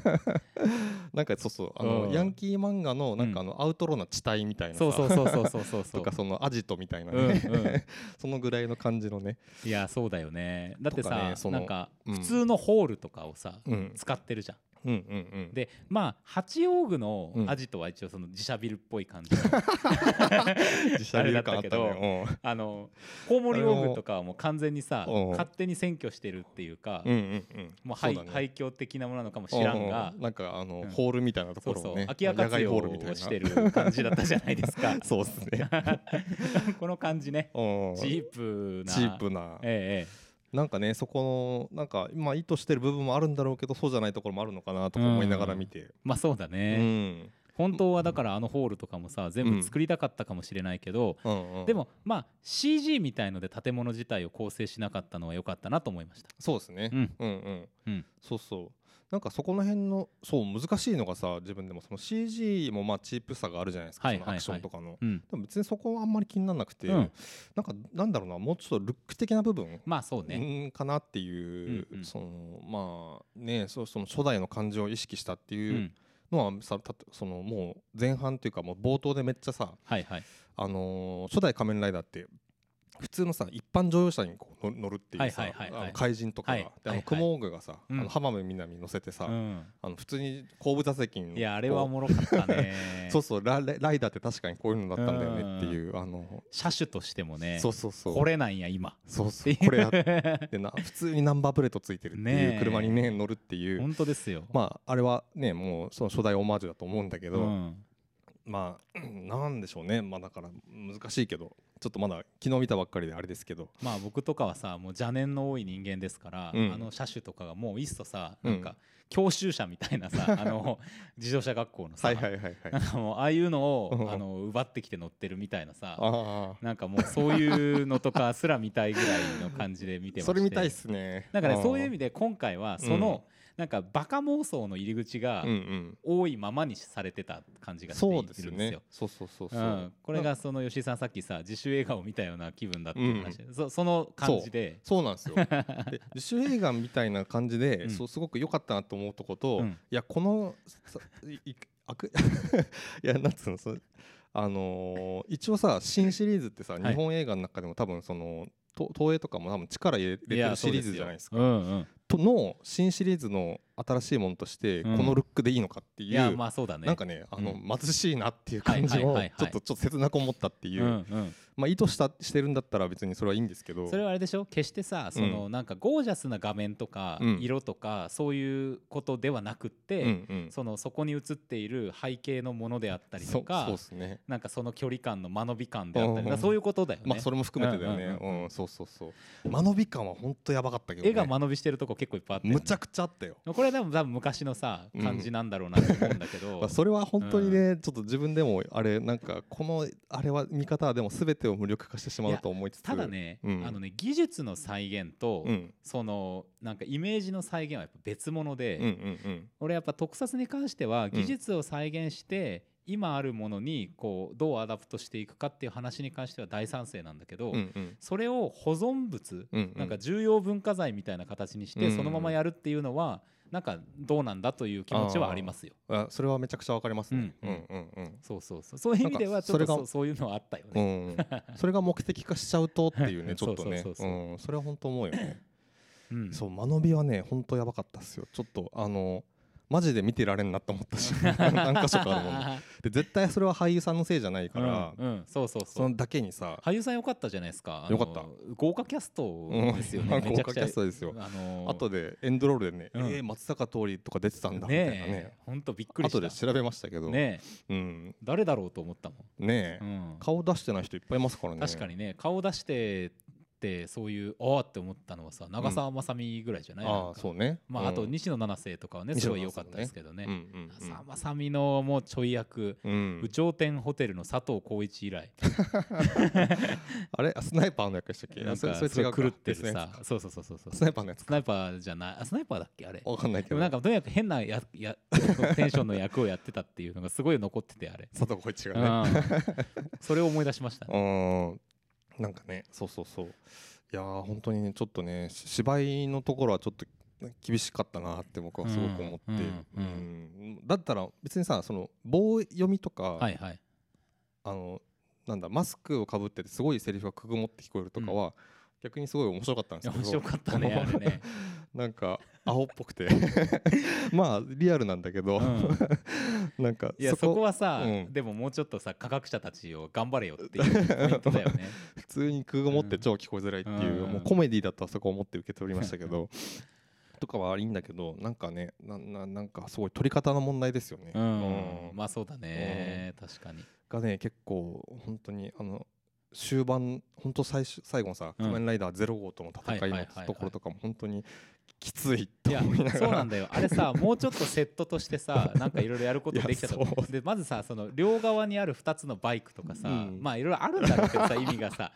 S2: なんかそうそうあの、
S1: うん
S2: ヤンキー漫画のなんかあのアウトローな地帯みたいなさ
S1: そうそうそうそうそうそうそう
S2: とかそのアジトみたいな
S1: うんう
S2: ね、
S1: ん
S2: [laughs] そのぐらいの感じのね、
S1: いやそうだよねだって
S2: とか
S1: さ
S2: ね、その
S1: なんか
S2: うん
S1: 普通のホールとかをさ、
S2: うん、
S1: 使ってるじゃん
S2: うんうんうん
S1: でまあ八王子の
S2: うん
S1: アジトは一応その自社ビルっぽい感じの、
S2: 自社ビル感あった
S1: あれだった
S2: ね
S1: あ
S2: [laughs]
S1: のコウモリ王軍とかはもう完全にさ
S2: うん
S1: 勝手に占拠してるっていうか、
S2: うんうんうんうん
S1: もう廃
S2: そうだね
S1: 廃墟的なものなのかもしらんが
S2: う、うなんかあの、
S1: うん
S2: ホールみたいなと
S1: そう
S2: ころ
S1: そ
S2: を
S1: う、
S2: ね
S1: 空き家活用
S2: 野外ホールみたい
S1: を
S2: な
S1: してる感じだったじゃないですか
S2: そうです
S1: [laughs]
S2: ね
S1: この感じね
S2: うん
S1: チープな
S2: チープな、
S1: ええ
S2: なんかねそこのなんかまあ意図してる部分もあるんだろうけどそうじゃないところもあるのかなとか思いながら見て、
S1: まあそうだ
S2: うん
S1: ね、本当はだからあのホールとかもさ全部作りたかったかもしれないけど、
S2: うんうん
S1: でもまあ CG みたいので建物自体を構成しなかったのは良かったなと思いました
S2: そうですね、
S1: うん
S2: うんうん
S1: うん
S2: そうそうなんかそこの辺のそう難しいのがさ自分でもその CG もまあチープさがあるじゃないですか、
S1: はい
S2: そのアクショ
S1: はい
S2: ン
S1: は
S2: と
S1: い
S2: かの。
S1: うん
S2: でも別にそこはあんまり気にならなくて、
S1: うん
S2: なんかなんだろうなもうちょっとルック的な部分、
S1: まあそうね、
S2: うんかなっていう、
S1: うんうん
S2: そのまあねそうその初代の感じを意識したって
S1: う
S2: い
S1: ん
S2: うのはさ、たそのもう前半というかもう冒頭でめっちゃさ、
S1: はいはい
S2: あのー初代仮面ライダーって普通のさ一般乗用車にこう乗乗るっていうさ
S1: はいはいはいはい
S2: あの怪人とかが、
S1: はい
S2: であ
S1: はいは
S2: の
S1: い
S2: 雲王具がさ、
S1: うん
S2: あの浜辺美波乗せてさ、
S1: うん
S2: あの普通に後部座席に
S1: いやあれはお
S2: こ
S1: もろかった
S2: う
S1: ね
S2: [laughs] そうそうララライダーって確かにこういうのだったんだよねっていうあの
S1: 車種としてもね
S2: そうそうそう
S1: これなんや今
S2: そう
S1: っ
S2: そ
S1: ていうう
S2: これやってな普通にナンバープレートついてるって
S1: ね
S2: い
S1: え
S2: う車にね乗るっていう
S1: [laughs] 本当ですよ、
S2: まああれはねもうその初代オマージュだと思うんだけど、
S1: うん
S2: まあなんでしょうねまあだから難しいけどちょっとまだ昨日見たばっかりであれですけど
S1: まあ僕とかはさもう邪念の多い人間ですから、
S2: うん
S1: あの車種とかがもういっそさ
S2: う
S1: なんんか教習車みたいなさ、
S2: [laughs]
S1: あの自動車学校のさ、
S2: はいはいはいはい
S1: なんかもうああいうの
S2: う
S1: を
S2: ん
S1: あの奪ってきて乗ってるみたいなさ
S2: あ
S1: なんかもうそういうのとかすら見たいぐらいの感じで見てま
S2: あ
S1: して
S2: それ見たいっすね
S1: なんかねそういう意
S2: 味
S1: 味で今回はその、なんかバカ妄想の入り口が
S2: うんうん
S1: 多いままにされてた感じがしてい
S2: そ
S1: る
S2: うんで
S1: ですす
S2: よ
S1: よ。、
S2: ねそうそうそうそううん
S1: これがその吉井さんさっきさ自主映画を見たような気分だっていう話、そその感じで
S2: そうなん
S1: [laughs]
S2: ですよで自主映画みたいな感じで、
S1: うん
S2: そうすごく良かったなと思うとこと、
S1: うん
S2: いやこのさいい悪 [laughs] いやなんつうのそうあのー一応さ新シリーズってさ、
S1: い
S2: 日本映画の中でも多分そのと東映とかも多分力入れ
S1: い
S2: れて
S1: や
S2: る
S1: そ
S2: シ
S1: う
S2: リ
S1: で
S2: ーズ
S1: す
S2: じ
S1: よ
S2: ゃないですか
S1: うんうん
S2: との新シリーズの新しいものとしてこ
S1: うん
S2: のルックでいいのかって
S1: い
S2: いう、
S1: やまあそうだね
S2: なんかねあの、
S1: うん
S2: 貧しいなっていう感じ
S1: はいはい
S2: を
S1: はいはい
S2: ちょっとちょっと切なく思ったっていう、
S1: うんうん
S2: まあ、意図したしてるんだったら別にそれはいいんですけど
S1: それはあれでしょ決してさそのなんかゴージャスな画面とか
S2: うん
S1: 色とかそういうことではなくっ
S2: うん
S1: て
S2: うん、
S1: そのそこに映っている背景のものであったりと
S2: そそう
S1: か
S2: ですね
S1: なんかその距離感の間延び感であったりと
S2: うんう
S1: か
S2: ん
S1: そういうことだよね
S2: まあそれも含めてだよね、
S1: うん
S2: う
S1: うん
S2: そうそうそう間延び感は本当やばかったけど、ね、
S1: 絵が間延びしてるとこ結構いっぱいあって
S2: むちゃくちゃあったよ、
S1: これでも多分昔のさ
S2: うん
S1: 感じなんだろうなと思うんだけど
S2: [laughs] まあ、それは本当にね、ちょっと自分でもあれなんかこのあれは見方はでも全てを無力化してしまうと思いつつ
S1: ただねあ
S2: うん
S1: のね技術の再現と
S2: うん
S1: そのなんかイメージの再現はやっぱ別物で、
S2: うんうん
S1: 俺やっぱ特撮に関しては技術を再現して、今あるものにこうどうアダプトしていくかっていう話に関しては大賛成なんだけど、
S2: うんうんうん
S1: それを保存物、
S2: うん
S1: なんか重要文化財みたいな形にして、
S2: うん
S1: そのままやるっていうのはなんかどうなんだという気持ちはありますよ。
S2: あそれはめちゃくちゃわかりますね。
S1: う
S2: うんんうんうん
S1: そうそうそうそういう意味ではちょっと
S2: なんかそれが
S1: そうそういうのはあったよ
S2: う
S1: ね。
S2: ん、
S1: [laughs]
S2: それが目的化しちゃうとっていうねちょっとね
S1: そうそうそうそ
S2: うんそれは本当思うよね、
S1: うん
S2: そう間延びはね本当やばかったっすよちょっとあのマジで見てられんなと思っ
S1: [laughs]
S2: たし何箇所かあるもんねで絶対それは俳優さんのせいじゃないから、
S1: うんうんそうそうそ
S2: そうのだけにさ、
S1: 俳優さん良かったじゃないですかあの
S2: 良かった
S1: 豪華キャストですよね、
S2: うん
S1: めちゃくちゃ
S2: [laughs] 豪華キャストですよ
S1: あのー
S2: 後でエンドロールでね、
S1: うん
S2: えー松坂桃李とか出てたんだみたいなね
S1: ねえほんとびっくりした
S2: 後で調べましたけど、
S1: ねえ
S2: うん
S1: 誰だろうと思ったも
S2: ねえ、
S1: ん、うん
S2: 顔出してない人いっぱいいますからね
S1: 確かにね顔出してってそういうああって思ったのはさ長澤まさみぐらいじゃない、
S2: あ
S1: なん
S2: あ
S1: か
S2: そうね
S1: まあ、あと
S2: うん
S1: 西野七瀬とかはね
S2: 西
S1: す
S2: 野
S1: ごい
S2: 七
S1: 良
S2: 瀬
S1: か
S2: もね
S1: ったですけどね
S2: うんうん
S1: 長澤まさみのもうちょい役
S2: うんうん
S1: 有頂天ホテルの佐藤浩市以来
S2: あれあスナイパーの役でしたっけ
S1: なん
S2: あそれ
S1: か
S2: それ
S1: す
S2: 違
S1: ご
S2: う
S1: い
S2: か
S1: 狂ってる
S2: 別のや
S1: さそうそうそうそうそう
S2: つスナイパーのやつ
S1: スナイパーじゃないあスナイパーだっけあれ
S2: わかんない
S1: で
S2: けど
S1: もなんかとにかく変なやや [laughs] テンションの役をやってたっていうのがすごい残ってて
S2: [laughs]
S1: あれ
S2: 佐藤浩市がね
S1: うんそれを思い出しましたね
S2: うーんなんかねそうそうそういやー本当にねちょっとねし芝居のところはちょっと厳しかったなって僕はすごく思って、
S1: うんうんう
S2: うんだったら別にさその棒読みとか、
S1: はいはい
S2: あのなんだマスクをかぶっててすごいセリフがくぐもって聞こえるとかは、逆にすごい面白かったんですけど
S1: 面白かったねあれね
S2: [laughs] なんか青っぽくて [laughs] まあリアルなんだけど、
S1: うん
S2: なんか
S1: いやそこはさ、
S2: うん
S1: でももうちょっとさ科学者たちを頑張れよっていうポイント
S2: [laughs]
S1: だよね
S2: 普通に空が持って超聞こえづらいっていう、
S1: うん
S2: もうコメディだとはそこを持って受け取りました
S1: [laughs]
S2: けどとかはいいんだけどなんかねなななんかすごい取り方の問題ですよね、
S1: うん、
S2: うん
S1: まあそうだね、確かに
S2: がね結構本当にあの終盤本当最終最後のさ「
S1: うん
S2: 仮面ライダー0号」との戦い
S1: はいはいはい
S2: の
S1: はい
S2: ところとかも本当にきつい
S1: い
S2: と
S1: や
S2: 思いなが
S1: そう
S2: ら
S1: なんだよあれさもうちょっとセットとして
S2: [laughs]
S1: さなんかいろいろやることできたと思
S2: いや
S1: うでまずさその両側にある2つのバイクとかさ、
S2: うん
S1: まあいろいろあるんだろうけどさ意味がさ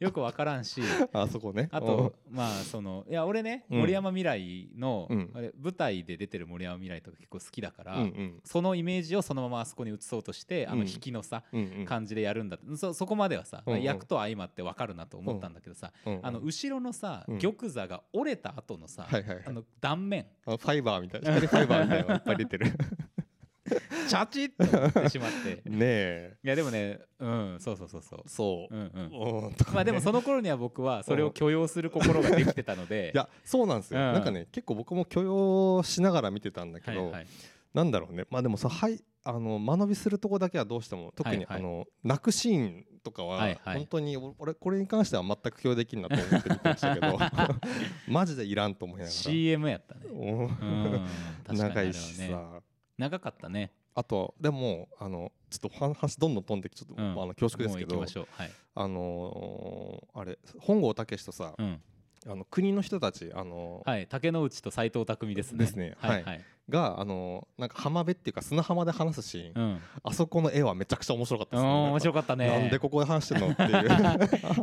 S1: よくわからんし
S2: [laughs] あそこね
S1: あとまあそのいや俺ね、
S2: うん
S1: 森山未来の、
S2: うん
S1: あれ舞台で出てる森山未来とか結構好きだから、
S2: うんうん
S1: そのイメージをそのままあそこに移そうとしてあの
S2: うん
S1: 引きのさ、
S2: うんうん
S1: 感じでやるんだってそそこまではさ、
S2: うんうん
S1: 役と相まって分かるなと思ったんだけどさ、
S2: うんうん
S1: あの後ろのさ、
S2: うん
S1: 玉座が折れた後のさ、
S2: はいはいはい
S1: あの断面
S2: あのファイバーみたいな光ファイバーみたいなのがいっぱい出てる
S1: [laughs] チャチッと思ってしまって
S2: ねえ
S1: [laughs] いやでもねうんそうそうそうそう
S2: そう
S1: うんうん
S2: うんとかね
S1: まあでもその頃には僕はそれを許容する心ができてたので
S2: [laughs] いやそうなんですよ、
S1: うん
S2: なんかね結構僕も許容しながら見てたんだけ
S1: はい
S2: ど、
S1: はい
S2: なんだろうねまあでもさはいあの間延びするとこだけはどうしても特に、
S1: はいはい
S2: あの泣くシーンとかは、
S1: はいはい
S2: 本当にお俺これに関しては全く許容できんなと思って見てました
S1: [laughs]
S2: けどマジでいらんと思いながら、
S1: CM やったね
S2: うん
S1: うん確かにあ
S2: 長
S1: れはね
S2: いしさ、
S1: 長かったね
S2: あとでもあのちょっと話どんどん飛んできてちょっ
S1: う
S2: と、
S1: ん
S2: あの恐縮で
S1: も
S2: す
S1: う
S2: け
S1: 行き
S2: ど
S1: ましょうはい
S2: あのーあれ本郷武史とさ、
S1: うん
S2: あの国の人たちあのー
S1: はい竹之内と斎藤匠ですね
S2: ですね
S1: はいはい
S2: があのなんか浜辺っていうか砂浜で話すシーン、
S1: うん
S2: あそこの絵はめちゃくちゃ面白かった
S1: うん
S2: ですね
S1: 面白かったね
S2: なんでここで話してんのってい う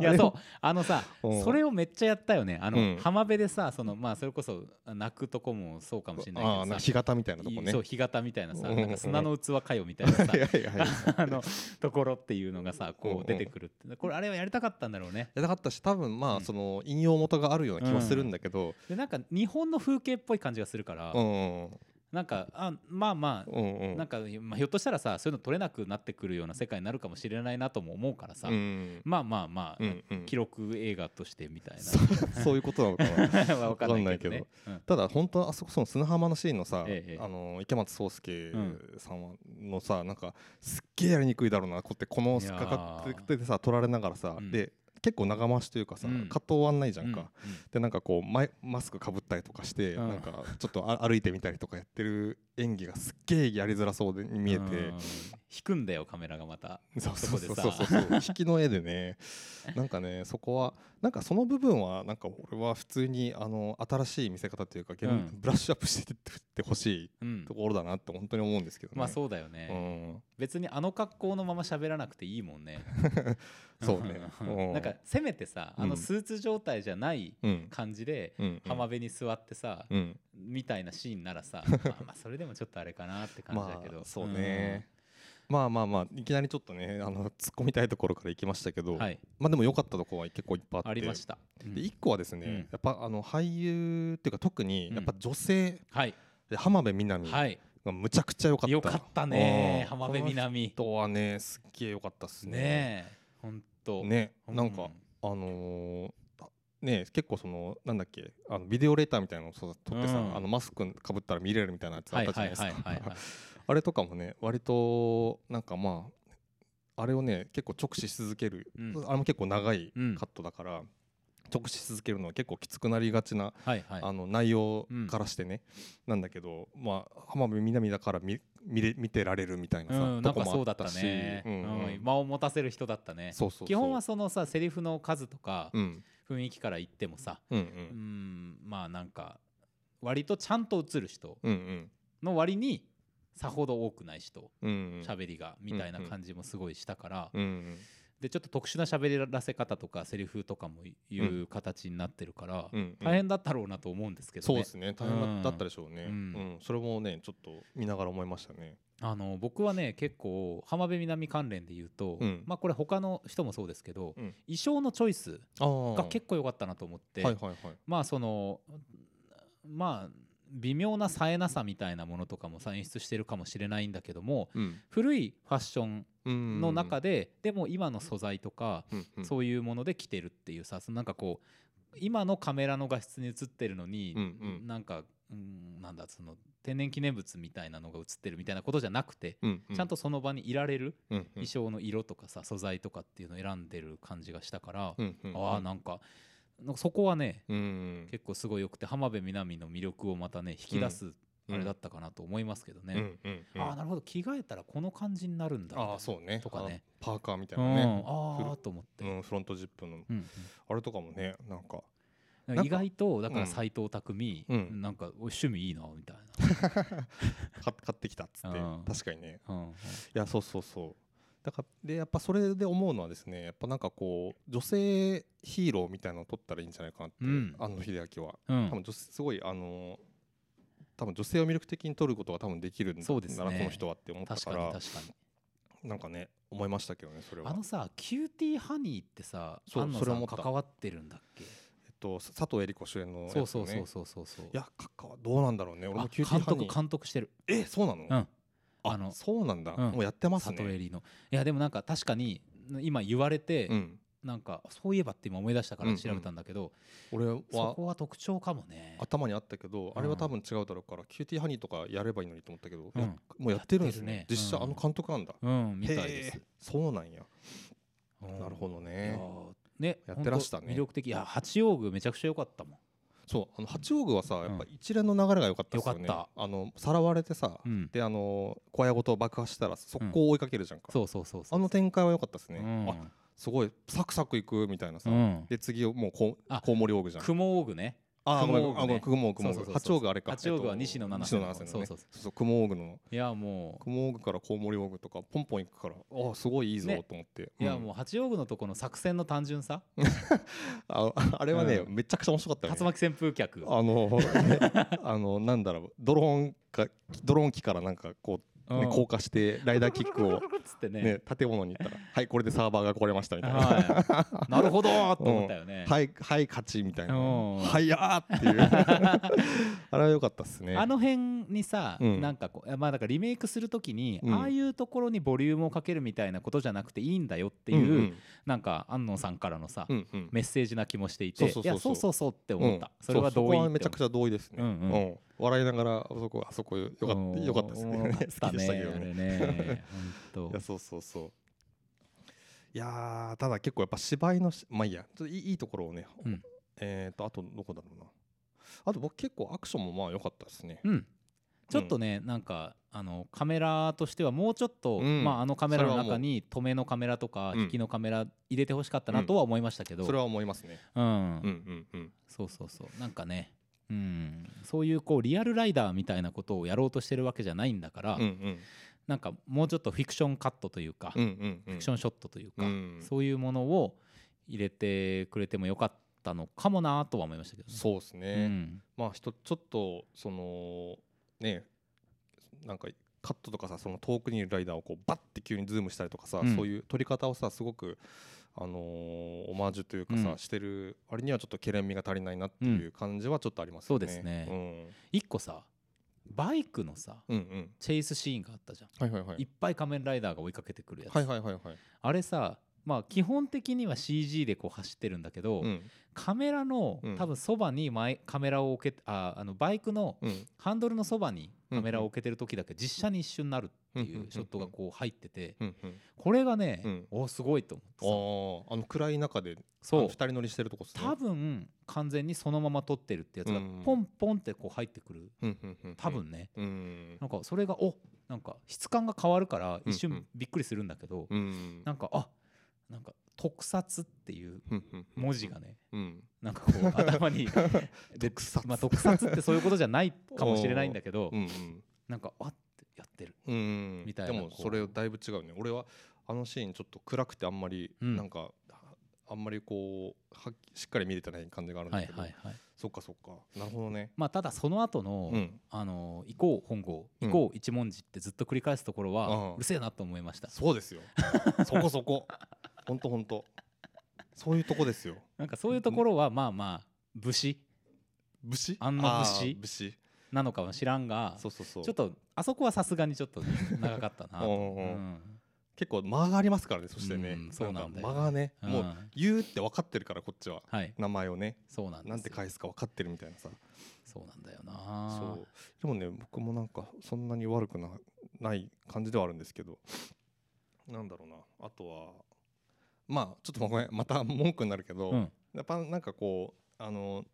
S1: [laughs] いやそうあのさ
S2: うん
S1: それをめっちゃやったよねあの、
S2: うん
S1: 浜辺でさそのまあそれこそ泣くとこもそうかもしれない
S2: [laughs] ああ
S1: け
S2: なん
S1: ど
S2: か
S1: さ
S2: 干潟み [laughs] たいなとこ
S1: い
S2: ね
S1: そう干潟みたいなさ
S2: うん
S1: なんか砂の器かよみたいなさ
S2: いやいやいや
S1: あのところっていうのがさこう出てくるってこれあれはやりたかったんだろうね
S2: やりたかったし多分まあ、
S1: うん
S2: その引用元があるような気はするんだけど、
S1: でなんか日本の風景っぽい感じがするから、
S2: うんうん
S1: なんかあまあまあ
S2: うんうん
S1: なんか、まあ、ひょっとしたらさそういうの取れなくなってくるような世界になるかもしれないなとも思うからさ、
S2: うん
S1: まあまあまあ、
S2: うんうん
S1: 記録映画としてみたいな
S2: [laughs] そういうことなのかな
S1: [laughs] わかんないけど,、ね
S2: わただ本当あそこその砂浜のシーンのさ、
S1: ええ
S2: あの池松壮亮
S1: ん
S2: さんはのさ、なんかすっげえやりにくいだろうなこうやってこの
S1: いやー
S2: かかっててさ取られながらさ、
S1: うん
S2: で結構長回しというかさ、
S1: うん
S2: カット終わんないじ
S1: う
S2: ゃ
S1: ん
S2: んか、でなんかこうマイマスクかぶったりとかして、
S1: うん
S2: なんかちょっとあ歩いてみたりとかやってる演技がすっげえやりづらそうでに見えて、
S1: うん引くんだよカメラがまた
S2: そう
S1: そ
S2: そ
S1: こ
S2: う
S1: で
S2: そう
S1: さ
S2: そうそう引きの絵でねなんかねそこはなんかその部分はなんか俺は普通にあの新しい見せ方というか、現
S1: うん
S2: ブラッシュアップしてってほしい
S1: うん
S2: ところだなって本当に思うんですけどね。
S1: まあそうだよね、別にあの格好のまま喋らなくていいもんね。
S2: うん、 [laughs] そうね
S1: なんかせめてさあ
S2: う
S1: の
S2: ん
S1: スーツ状態じゃない
S2: うん、
S1: 感じで
S2: うんうん、
S1: 浜辺に座ってさ、
S2: うん、
S1: みたいなシーンなら
S2: [laughs]
S1: さまあまあそれでもちょっとあれかなって感じだけど、
S2: まあ、そうね、まあまあまあいきなりちょっとねあの突っ込みたいところから行きましたけ
S1: う
S2: ど、
S1: んはい
S2: まあでも良かったところは結構いっぱいあって
S1: ありました、うん
S2: で一個はですね、
S1: うん
S2: やっぱあの俳優っていうか特に
S1: うん
S2: やっぱ女性、
S1: はい
S2: で浜辺美波
S1: はい
S2: がむちゃくちゃ良かった
S1: よかったね
S2: うん
S1: 浜辺美波
S2: この人はねすっげえ良かったっすね
S1: ねえほんと
S2: ね
S1: う
S2: なんか、あのーね結構そのなんだっけあのビデオレーターみたいなのをそう撮ってさ、
S1: うん
S2: あのマスクかぶったら見れるみたいなやつあ
S1: は
S2: っ
S1: い
S2: たじゃ
S1: は
S2: ない
S1: い
S2: です
S1: はい
S2: [laughs]
S1: はい
S2: か
S1: はい
S2: あれとかもね割となんかまああれをね結構直視し続ける、
S1: うん
S2: あれも結構長い
S1: うん
S2: カットだから、直視し続けるのは結構きつくなりがちな
S1: はいはい
S2: あの内容からしてね、なんだけど、まあ、浜辺美波だから見見れ見てられるみたいなさ、
S1: うん、な
S2: と
S1: んか
S2: こ
S1: そう
S2: もあ
S1: だっ
S2: ったたし
S1: ね、うん
S2: うん
S1: 間を持たせる人だったね
S2: そうそうそう
S1: 基本はそのさセリフの数とか
S2: うん
S1: 雰囲気から言ってもさ、
S2: うんう
S1: うんん、まあなんか割とちゃんと映る人
S2: うんうん
S1: の割にさほど多くない人
S2: うんうん
S1: 喋りがみたいな感じもすごいしたから、
S2: うんうん
S1: でちょっと特殊な喋らせ方とかセリフとかもいう形になってるから、
S2: うん
S1: 大変だったろうなと思うんですけど
S2: そう
S1: ね
S2: ですね大変
S1: うん
S2: だだったでしょうね、
S1: う
S2: うんんそれもねちょっと見ながら思いましたね
S1: あの僕はね結構浜辺美波関連で言うと、
S2: うん
S1: まあこれ他の人もそうですけど、
S2: うん
S1: 衣装のチョイス
S2: あ
S1: が結構良かったなと思って、
S2: はいはいはい
S1: まあそのまあ微妙な冴えなさみたいなものとかもさ演出してるかもしれないんだけども
S2: うん
S1: 古いファッション
S2: うん
S1: の中で、でも今の素材とか、
S2: うんうん
S1: そういうもので着てるっていうさそのなんかこう今のカメラの画質に映ってるのに、
S2: うんうん
S1: なんか、うん、なんだその天然記念物みたいなのが映ってるみたいなことじゃなくて、
S2: うんう
S1: ちゃんとその場にいられる
S2: うんうん
S1: 衣装の色とかさ素材とかっていうのを選んでる感じがしたから、
S2: うんうん
S1: ああなんかなんかそこはね
S2: うんうん
S1: 結構すごい良くて浜辺美波の魅力をまたね引き出すあれだったかなと思いますけど
S2: う
S1: ね、
S2: んうんうん
S1: ああなるほど着替えたらこの感じになるんだみたいな
S2: あーそうね
S1: とかね、
S2: あのパーカーみたいうなんね
S1: ああ
S2: ふ
S1: と思って、
S2: うんフロントジップ
S1: う
S2: の
S1: んうん
S2: あれとかもねなんか
S1: なん
S2: な
S1: か意
S2: んか
S1: 外とだか
S2: う
S1: ら
S2: ん
S1: 斎藤匠、
S2: うん
S1: なんかお趣味いいなみたい
S2: 買買ってきたっつって
S1: うん
S2: 確かにね [laughs]
S1: な、うん
S2: いやそうそうそうだからでやっぱそれで思うのはですねやっぱなんかこう女性ヒーローみたいなのを撮ったらいいんじゃないかなって、
S1: うん
S2: 庵野秀明は
S1: うん
S2: 多分女性すごいあの多分女性を魅力的に撮ることが多分できるんだ
S1: そうですね
S2: ならこの人はって思った
S1: 確
S2: か
S1: かに
S2: ら
S1: 確かに
S2: なんかね思いましたけどねそれは
S1: あのさキューティーハニーってさ
S2: そう
S1: 安野
S2: それ
S1: さん
S2: 思った
S1: 関わってるんだっけ
S2: えっとさ佐藤恵理子主演のやつ、
S1: そ
S2: ね、
S1: うそうそうそうそうそう
S2: いやカッカはどうなんだろうね俺
S1: あ
S2: もキューティー
S1: 監
S2: ハニ
S1: 督
S2: ー
S1: 監督してる
S2: えそうなの、
S1: うん
S2: あ
S1: あの
S2: そうなんだ、
S1: うん
S2: もうやってます
S1: 里襟
S2: ね
S1: のいやでもなんか確かに今言われて、
S2: うん
S1: なんかそういえばって今思い出したか
S2: う
S1: ら
S2: んうん
S1: 調べたんだけど、
S2: 俺
S1: そ
S2: は
S1: こは特徴かもね
S2: 頭にあったけどあれは多分違うだろうから、キューティーハニーとかやればいいのにと思ったけど、いや
S1: うん
S2: もうやってるんですね
S1: やってるね
S2: 実写、
S1: うん
S2: あの監督なんだ
S1: うんみたいです
S2: へえそうなんや、
S1: うん
S2: なるほど
S1: いや
S2: ね
S1: ーね
S2: やってらした
S1: ほ
S2: ね
S1: んと魅力的いや八王宮めちゃくちゃ良かったもん
S2: そうあの八王子はさやっぱ
S1: うん
S2: 一連の流れが良かったですよね
S1: 良か
S2: あのさらわれてさ、
S1: うん
S2: であの小屋ごと爆破したら速攻追いかけるじゃんか、
S1: そうそうそうそう
S2: あの展開は良かったですね、
S1: うん
S2: あすごいサクサクいくみたいなさ、
S1: うん
S2: で次もうこう
S1: あ
S2: コウモリオーグじゃん
S1: 雲王宮ね
S2: あーごめん
S1: 雲王
S2: あ
S1: 具ね
S2: ごめん雲王具雲王
S1: そうそうそう
S2: 具八
S1: そう
S2: 王具あれか
S1: 八王具は西野七瀬の
S2: 西瀬のね
S1: そ
S2: そうう
S1: そう
S2: そう雲王具の
S1: いやもう
S2: 雲王具からコウモリ王具とかポンポン行くからああすごいいいぞ
S1: ね
S2: と思って、
S1: いや
S2: うん
S1: もう八王子のとこの作戦の単純さ
S2: ああれはね、
S1: うん
S2: めちゃくちゃ面白かったよ、
S1: 竜
S2: ね、
S1: 巻旋風客
S2: [laughs] あのねあのなんだろうドローンかドローン機からなんかこう
S1: うん
S2: 硬化してライダーキッ
S1: [laughs]
S2: クを、
S1: つってね
S2: ね、建物に行ったら「はいこれでサーバーが壊れました」みたいな「
S1: はい、なるほどーと思ったよね、
S2: はいはい勝ち」みたいな
S1: う
S2: 「
S1: ん
S2: はいやー」っていう [laughs] あれは良かったっすね。
S1: あの辺にさ、
S2: うん
S1: なんかこうまあだからリメイクするときに、
S2: うん
S1: ああいうところにボリュームをかけるみたいなことじゃなくていいんだよっていう、
S2: んん
S1: なんか安野さんからのさ、
S2: うんうん
S1: メッセージな気もしていて
S2: そうそうそう
S1: いやそうそうそうって思った、
S2: うん
S1: それは
S2: う
S1: 同意
S2: こはめちゃくち
S1: ゃ
S2: ゃ同意ですね、
S1: う
S2: うんん
S1: うん
S2: 笑いながらあそこあそこよかったよかったですね
S1: よかっ
S2: [laughs] 好
S1: た
S2: きでしたけ
S1: ね
S2: ど
S1: あ
S2: ね
S1: れね本
S2: いやそうそうそういやーただ結構やっぱ芝居のしまあいいやちょっといいいいところをね、
S1: うん
S2: えーとあとどこだろうなあと僕結構アクションもまあ良かったですね
S1: 当うんちょっとね、なんかあのカメラとしてはもうちょっと、
S2: うん
S1: まあ、あのカメラの
S2: それはも
S1: 中
S2: う
S1: に止めのカメラとか
S2: うん
S1: 引きのカメラ入れてほしかったなとは思いましたけど、
S2: それは思いますね
S1: うん
S2: うんうんうん
S1: そうそうそうなんかねうんそういうこうリアルライダーみたいなことをやろうとしてるわけじゃないんだから、
S2: うんうん
S1: なんかもうちょっとフィクションカットというか、
S2: うんう
S1: フ
S2: んうん
S1: ィクションショットというか、
S2: うん
S1: そういうものを入れてくれてもよかったのかもなとは思いましたけどね。
S2: そうです
S1: う
S2: ね、
S1: ん
S2: まあ人ちょっとそのねなんかカットとかさその遠くにいるライダーをこうバッて急にズームしたりとかさ、
S1: うん
S2: そういう撮り方をさすごくあのーオマージュというかさ、
S1: うん
S2: してる割にはちょっとけれんみが足りないなっていう感じはちょっとあります
S1: そ
S2: よね。
S1: うですね一個さバイクのさ
S2: うん、うんうん
S1: チェイスシーンがあったじゃん、
S2: はいはいはい
S1: い、っぱい仮面ライダーが追いかけてくるやつ、
S2: はいはいはいはい
S1: あれさまあ基本的には CG でこう走ってるんだけど、
S2: うん
S1: カメラの
S2: うん
S1: 多分そばに前カメラを置けああのバイクの
S2: うん
S1: ハンドルのそばにカメラを置けてる時だけ実写に一瞬なるってい
S2: うんうんうんう
S1: うんショットがこう入ってて
S2: うんうん
S1: これがね、
S2: うん
S1: おすごいと
S2: あ
S1: 思って
S2: ーあの暗い中で
S1: さ
S2: あ
S1: そ
S2: の
S1: う
S2: 二人乗りしてるとこですね
S1: 多分完全にそのまま撮ってるってやつが
S2: うん
S1: ポンポンってこう入ってくる
S2: うんうんうんうん
S1: 多分ね
S2: うん
S1: なんかそれがおなんか質感が変わるから一
S2: うん
S1: 瞬
S2: うん
S1: びっくりするんだけど
S2: うん
S1: なんかあなんか特撮っていう
S2: うんうんうん
S1: 文字がね
S2: うん
S1: なんかこ
S2: [laughs]
S1: う頭にで
S2: 特撮
S1: まあ、特撮ってそういうことじゃないかもしれないんだけど、
S2: うんうん
S1: なんかあってやってる
S2: うん、
S1: みたいな
S2: で
S1: こ
S2: も
S1: う
S2: それだいぶ違うね俺はあのシーンちょっと暗くてあんまり
S1: うん
S2: なんか、あんまりこうはっきしっかり見れてない感じがあるんだ
S1: はい
S2: けど、
S1: はいはい
S2: そっかそっかなるほどね
S1: まあただその後
S2: う
S1: の、
S2: ん
S1: あのー行こう本郷
S2: うん
S1: 行こう一文字ってずっと繰り返すところは、う
S2: うん
S1: るせえなと思いました
S2: そうですよそこそこ [laughs] ほんとほんとそういうとこですよ
S1: なんかそういうところはまあまあ武士
S2: 武士
S1: あんな武
S2: あ
S1: 士
S2: ー武士
S1: なのかは知らんが
S2: そうそうそう
S1: ちょっとあそこはさすがにちょっと長かった
S2: [laughs]
S1: なと、
S2: うんう
S1: う
S2: ん
S1: ん
S2: 結構間がありますからねそしてね、
S1: うんそうなんだよね
S2: か間がね、も
S1: う
S2: うん言うって分かってるからこっちは
S1: はい
S2: 名前をね
S1: そうなんですよ
S2: なんて返すか分かってるみたいなさ
S1: そうなんだよな
S2: そうでもね僕もなんかそんなに悪くなない感じではあるんですけどなんだろうなあとはまあちょっとごめんまた文句になるけど、
S1: うん
S2: やっぱなんかこうあの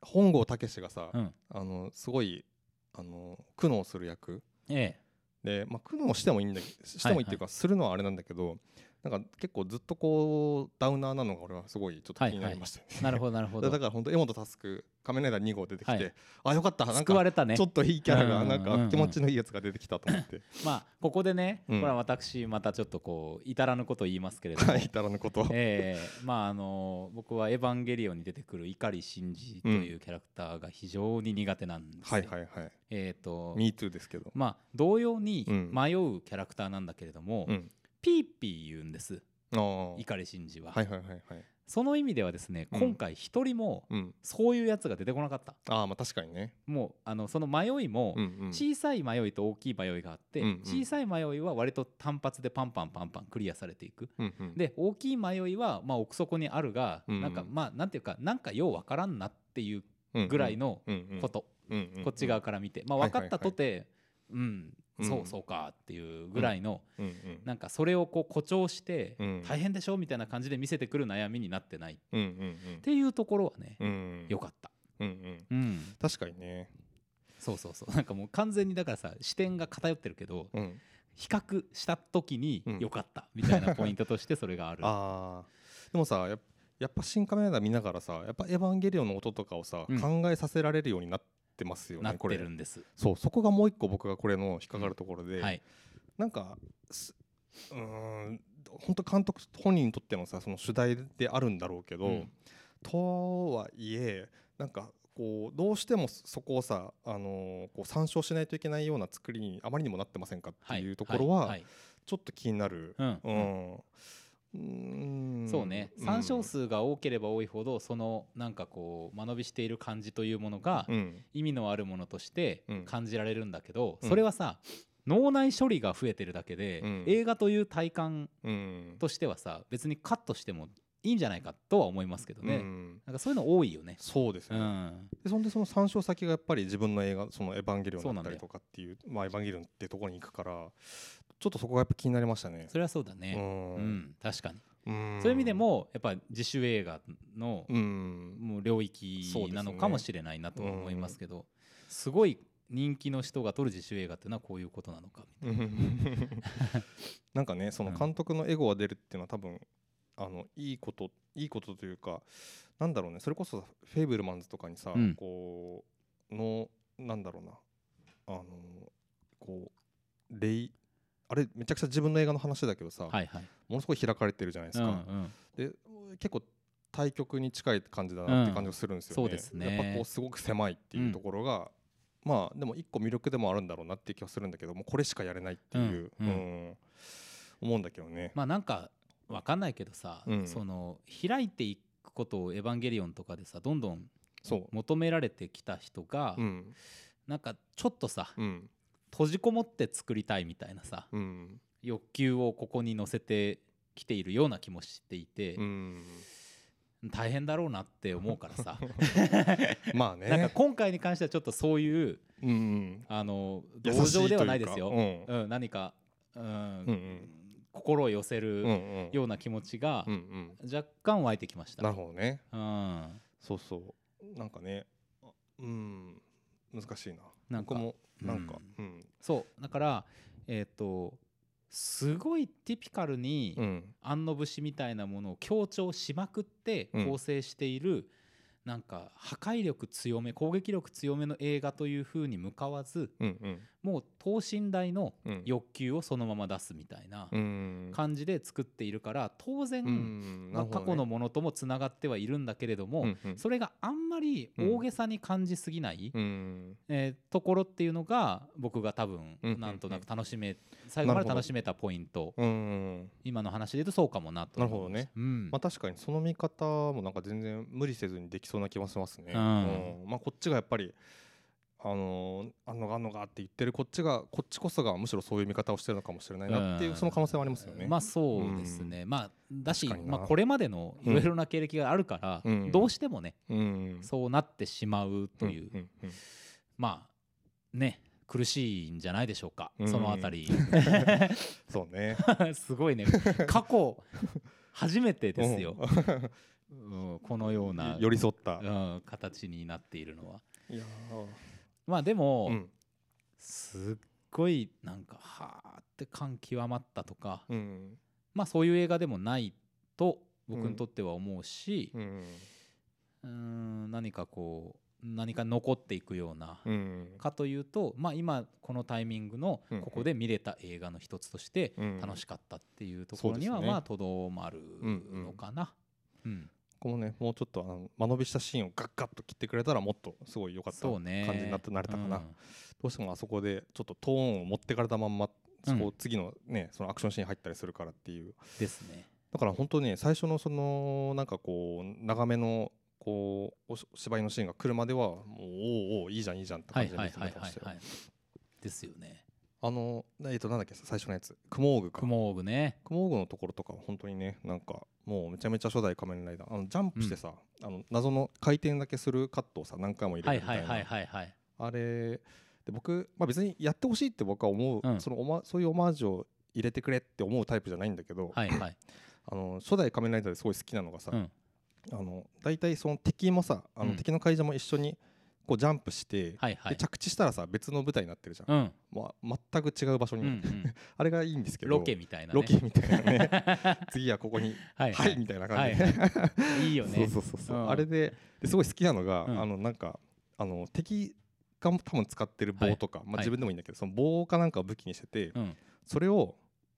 S2: 本郷武史がさ、
S1: うん
S2: あのすごいあの苦悩する役
S1: え
S2: で、まあ、苦悩してもいいんだけしてもいいっていうか、するのはあれなんだけどなんか結構ずっとこうダウナーなのが俺はすごいちょっと気になりましたね、
S1: えなるほどなるほ
S2: [laughs] だ
S1: ど
S2: から本当柄本佑仮面ライダー2号出てきて、
S1: はい
S2: あよかったなん
S1: 救
S2: か
S1: われたね
S2: ちょっといいキャラ
S1: う
S2: が
S1: ん
S2: なん
S1: うんう
S2: か
S1: ん
S2: 気持ちのいいやつが出てきたと思って、
S1: まあここでね、
S2: うん
S1: これは私またちょっとこう至らぬことを言いますけれども、
S2: [laughs] はい、たらぬことを。
S1: [laughs] ええまああの僕は「エヴァンゲリオン」に出てくる碇シンジというキャラクターが非常に苦手なんですよ、
S2: はいはいはい。
S1: えっ、と
S2: Me too ですけど。
S1: まあ同様に
S2: うん
S1: 迷うキャラクターなんだけれども、
S2: うん。
S1: ピーピー言うんです
S2: ああ。はい
S1: 碇シンジは、
S2: はいはいはい。
S1: その意味ではですね
S2: うん
S1: 今回一人も
S2: うん。
S1: そういうやつが出てこなかった、
S2: ああまあ確かにね。
S1: もうあのその迷いも、
S2: うんうん。
S1: 小さい迷いと大きい迷いがあって、
S2: うんうん
S1: 小さい迷いは割と単発でパンパンパンパンクリアされていく、
S2: うんうん。
S1: で大きい迷いはまあ奥底にあるが、
S2: うんうん
S1: なんかまあなんていうかなんかようわからんなっていう
S2: うんうん
S1: ぐらいの
S2: うんうん
S1: こと、
S2: うんうんうん
S1: こっち側。から見て、まあ分かったとて、うん
S2: うん
S1: そうそうかっていうぐらいの、
S2: うんうん。
S1: なんかそれをこう誇張して、
S2: うん
S1: 大変でしょみたいな感じで見せてくる悩みになってないっ
S2: うんうん
S1: ていうところはね、
S2: うん。うん。
S1: よかった。
S2: うんうん。
S1: うん、
S2: 確かにね。
S1: そうそうそうなんかもう完全にだからさ視点が偏ってるけど
S2: うん。
S1: 比較した時に
S2: うん
S1: よかったみたいなポイントとしてそれがある
S2: [laughs] ああ。でもさやっぱやっぱ新仮面ライダー見ながらさやっぱエヴァンゲリオンの音とかをさ、
S1: うん
S2: 考えさせられるようになってますよ
S1: な
S2: ね
S1: っ
S2: こ
S1: て
S2: れ
S1: るんです。
S2: そうそこがもう一個僕がこれの引っかかるところで、
S1: はい、
S2: なんかすうーん本当監督本人にとってのさその主題であるんだろうけど、
S1: うん
S2: とはいえなんかここうどうしてもそこをさ、あのこう参照しないといけないような作りにあまりにもなってませんかっていうところはちょっと気になる。
S1: うん
S2: う
S1: うん
S2: んうん
S1: そうね参照数が多ければ多いほどそのなんかこう間延びしている感じというものが
S2: うん
S1: 意味のあるものとして
S2: うん
S1: 感じられるんだけど
S2: うん
S1: それはさ脳内処理が増えてるだけで
S2: うん
S1: 映画という体感
S2: うん
S1: としてはさ別にカットしてもいいんじゃないかとは思いますけど
S2: う
S1: ね
S2: ん
S1: なんかそういうの多いよね。
S2: そうです
S1: う
S2: ね、
S1: ん
S2: でそんでその参照先がやっぱり自分の映画「そのエヴァンゲリオン」
S1: そうな
S2: だっ
S1: んだ
S2: たり
S1: よ
S2: とかっていうまあ、エヴァンゲリオンってところに行くからちょっとそこがやっぱ気になりましたね。
S1: それはそうだ
S2: う
S1: ね
S2: ん
S1: うん確かに
S2: うん
S1: そういう意味でもやっぱ自主映画の
S2: うん
S1: もう領域
S2: そうですね
S1: なのかもしれないなとは思いますけどすごい人気の人が撮る自主映画っていうのはこういうことなのかみたいな。
S2: なんかねその監督のエゴが出るっていうのは多分あのいいこといいことというかなんだろうねそれこそフェイブルマンズとかにさ、
S1: うん
S2: こうのなんだろうなあのこうレイあれめちゃくちゃ自分の映画の話だけどさ、
S1: はいはい
S2: ものすごい開かれてるじゃないです
S1: うん
S2: か、
S1: うん
S2: で結構対極に近い感じだなって
S1: うん
S2: 感じがするんですよね。
S1: そうですね
S2: やっぱこうすごく狭いっていうところが、まあでも一個魅力でもあるんだろうなっていう気はするんだけどもうこれしかやれないっていう、
S1: う
S2: うんん
S1: う
S2: 思うんだけどね。
S1: まあなんかわかんないけどさ、
S2: うん
S1: その開いていくことを「エヴァンゲリオン」とかでさどんどん
S2: そ
S1: 求められてきた人が、
S2: う、うん
S1: なんかちょっとさ
S2: うん
S1: 閉じこもって作りたいみたいなさ
S2: うん
S1: 欲求をここに乗せてきているような気もしていて
S2: う、ん、
S1: 大変だろうなって思うからさ
S2: [laughs] まあね。
S1: なんか今回に関してはちょっとそういう
S2: うんうん、
S1: あの
S2: 優し
S1: 同情では
S2: とうか
S1: ないですよ。
S2: うん
S1: うん、何か、うん
S2: うんうん
S1: 心を寄せ
S2: うんう
S1: る
S2: ん
S1: ような気持ちが
S2: うんうん
S1: 若干湧いてきました。
S2: なるほどね。
S1: うん、
S2: そうそうなんかねあうん難しいな。
S1: なんか
S2: 僕もなんか、うん
S1: そうだから、えっとすごいティピカルに
S2: うん
S1: 安の節みたいなものを強調しまくって
S2: うん
S1: 構成している、なんか破壊力強め攻撃力強めの映画という風に向かわず
S2: うんうん
S1: もう等身大の
S2: うん
S1: 欲求をそのまま出すみたいな
S2: うん
S1: 感じで作っているから当然、
S2: うん
S1: まあ過去のものともつながってはいるんだけれども、
S2: うんうん
S1: それがあんまり大げさに感じすぎない、
S2: うん
S1: えーところっていうのが僕が多分
S2: うんうんうん
S1: なんとなく楽しめ最後まで楽しめたポイント
S2: うん
S1: 今の話で言うとそうかもなと思いました
S2: なるほどね
S1: うん
S2: まあ確かにその見方もなんか全然無理せずにできそうな気はしますね。
S1: うん
S2: うんまあこっちがやっぱりあのーあんのがあんのがって言ってるこっちがこっちこそがむしろそういう見方をしてるのかもしれないなっていううんその可能性はありますよね。
S1: まあそうですね、まあだし、
S2: 確かに
S1: ま
S2: な
S1: あ、これまでのいろいろな経歴があるから、
S2: うん
S1: どうしてもね
S2: うん
S1: そうなってしまうという、
S2: んんうん
S1: まあね苦しいんじゃないでしょうか、
S2: うん
S1: そのあた
S2: [laughs]
S1: り
S2: そうね。
S1: [laughs] すごいね過去初めてですよ、うんこのよう
S2: うん。
S1: な、
S2: [laughs] 寄り添った
S1: う。ん、形になっているのはい
S2: やー
S1: まあでも、
S2: うん
S1: すっごいなんかはあって感極まったとか、
S2: うん
S1: まあそういう映画でもないと僕にとっては思うし、
S2: うん
S1: うーん何かこう何か残っていくような、
S2: うん
S1: かというと、まあ、今このタイミングの
S2: うん
S1: ここで見れた映画の一つとして
S2: うん
S1: 楽しかったっていうところに
S2: そ
S1: は
S2: うですね
S1: まあとどまるのかな。うん
S2: このねもうちょっとあの間延びしたシーンをガッガッと切ってくれたらもっとすごい良かった
S1: そう
S2: 感
S1: ね
S2: じになってなれたかな、
S1: うん
S2: どうしてもあそこでちょっとトーンを持ってかれたまんま
S1: う
S2: そ
S1: ん
S2: こ次のねそのアクションシーン入ったりするからっていう
S1: ですね。
S2: だから本当ね最初のそのなんかこう長めのこうおし芝居のシーンが来るまではもうおうおういいじゃんいいじゃんって
S1: は
S2: 感
S1: い
S2: じで
S1: は
S2: 見
S1: い
S2: てま
S1: はい
S2: し
S1: はい、
S2: た
S1: は
S2: よ
S1: い。ですよね。
S2: あのえっとなんだっけ最初のやつクモーグか
S1: クモーグね。
S2: クモーグのところとかは本当にねなんかもうめちゃめちゃ初代仮面ライダーあのジャンプしてさ、あの謎の回転だけするカットをさ何回も入れ
S1: は
S2: る
S1: い
S2: みた
S1: はいい
S2: な、
S1: はいはいはい。
S2: あれで僕、まあ、別にやってほしいって僕は思う、
S1: うん
S2: そのオマそういうオマージュを入れてくれって思うタイプじゃないんだけど、
S1: はいはい。
S2: あの初代仮面ライダーですごい好きなのがさ、
S1: うん
S2: あの大体その敵もさあ
S1: う
S2: の
S1: ん
S2: 敵の会社も一緒にこうジャンプして、
S1: はいは
S2: で
S1: い。
S2: 着地したらさ別の舞台になってるじゃん、
S1: うん。
S2: まあ、全く違う場
S1: う
S2: 所に、
S1: んうん。
S2: あれがいいんですけど
S1: ロケみたいなね。
S2: ロケみたいなね [laughs] 次はここに
S1: [laughs] はい
S2: はい、みたいな
S1: は
S2: 感
S1: い
S2: じ
S1: は
S2: で、
S1: い。いいよね。
S2: [laughs] そうそうそうそう、
S1: うん
S2: あれでですごい好きなのが、
S1: うん
S2: あのなんかあの敵が多分使ってる棒とか、
S1: は
S2: ま
S1: い
S2: あ、自分でもいいんだけど、その棒かなんかを武器にしてて、
S1: うん。
S2: それを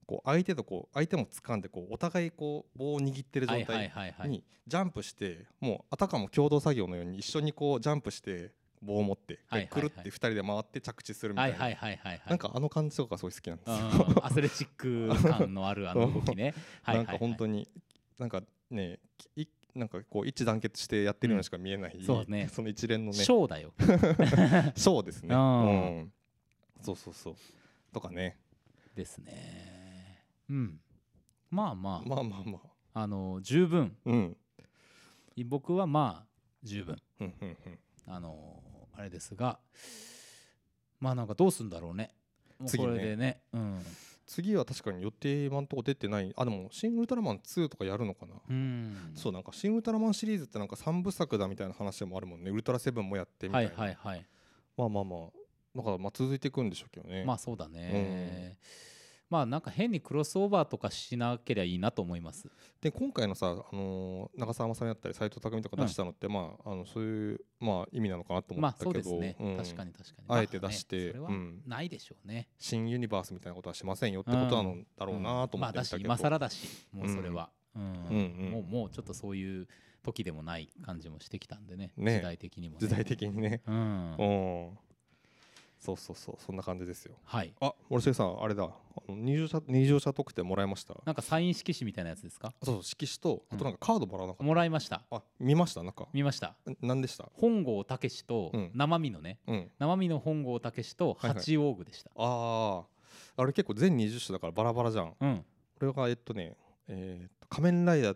S2: こう相手とこう相手も掴んでこうお互いこう棒を握ってる状
S1: はいはい
S2: 態
S1: はいはい
S2: にジャンプしてもうあたかも共同作業のように一緒にこうジャンプして棒を持って
S1: はいはい
S2: でくるって2人で回って着地するみた
S1: はいいは
S2: ない
S1: はいはいはい
S2: なんかあの感じとかすごい好きなんです
S1: うん
S2: よ。
S1: アスレチック感のあるあの動きねはい
S2: [laughs]
S1: は
S2: なん
S1: いは
S2: か
S1: い
S2: 本当になんかねいなんかこう一致団結してやってるようにしか見えない、
S1: んそうね
S2: [laughs] その一連のね
S1: ショーだよ
S2: そうですね。
S1: う
S2: うんん。そうそうそう。とかね。
S1: ですねうんまあまあ、
S2: まあまあまあ。
S1: あの十分
S2: うん。
S1: 僕はまあ十分
S2: うんうんうん
S1: あのあれですがまあなんかどうすんだろうねもう
S2: 次
S1: こ
S2: ね
S1: れでねうん、
S2: 次は確かに予定今んとこ出てない。あでもシン・ウルトラマン2とかやるのかな。
S1: うん、
S2: そうなんかシン・ウルトラマンシリーズってなんか三部作だみたいな話もあるもんね。ウルトラセブンもやってみた
S1: はいい
S2: な。
S1: はいはい
S2: まあまあまあ。だからまあ続いていくんでしょうけどね。
S1: まあそうだね、まあなんか変にクロスオーバーとかしなければいいなと思います
S2: で今回のさ、あのー長澤まさみだったり斎藤工とか出したのって、まああのそういうまあ意味なのかなと思
S1: ま
S2: っ
S1: あ
S2: たけど。
S1: そうですね、
S2: うん
S1: 確かに確かに
S2: あえて
S1: まね
S2: 出して
S1: それは
S2: うん
S1: ないでしょうね、
S2: 新ユニバースみたいなことはしませんよってことなのだろうなと思
S1: まあ
S2: って
S1: だ
S2: 見
S1: した
S2: けど。
S1: 今更だしもうそれは、うん
S2: うんうん
S1: もうもうちょっとそういう時でもない感じもしてきたんでね
S2: ね
S1: 時代的にも、ね、
S2: 時代的にね。
S1: うん
S2: うん。そうそうそう、そんな感じですよ。
S1: はい
S2: あ、森重さん、あれだ。あの入場者入場者特典もらいました。
S1: なんかサイン色紙みたいなやつですか
S2: そうそう、色紙と、
S1: うん
S2: あとなんかカードもらわなかっ
S1: もらいました
S2: た。あ、見ました、なんか。
S1: 見ました
S2: ん何でした。
S1: 本郷武史と
S2: うん
S1: 生身のね、
S2: うん。
S1: 生身の本郷武史と
S2: はいはい
S1: 八王具でした、
S2: ああ。あれ結構全20種だからバラバラじゃん。これがえっとね、えーっと仮面ライダ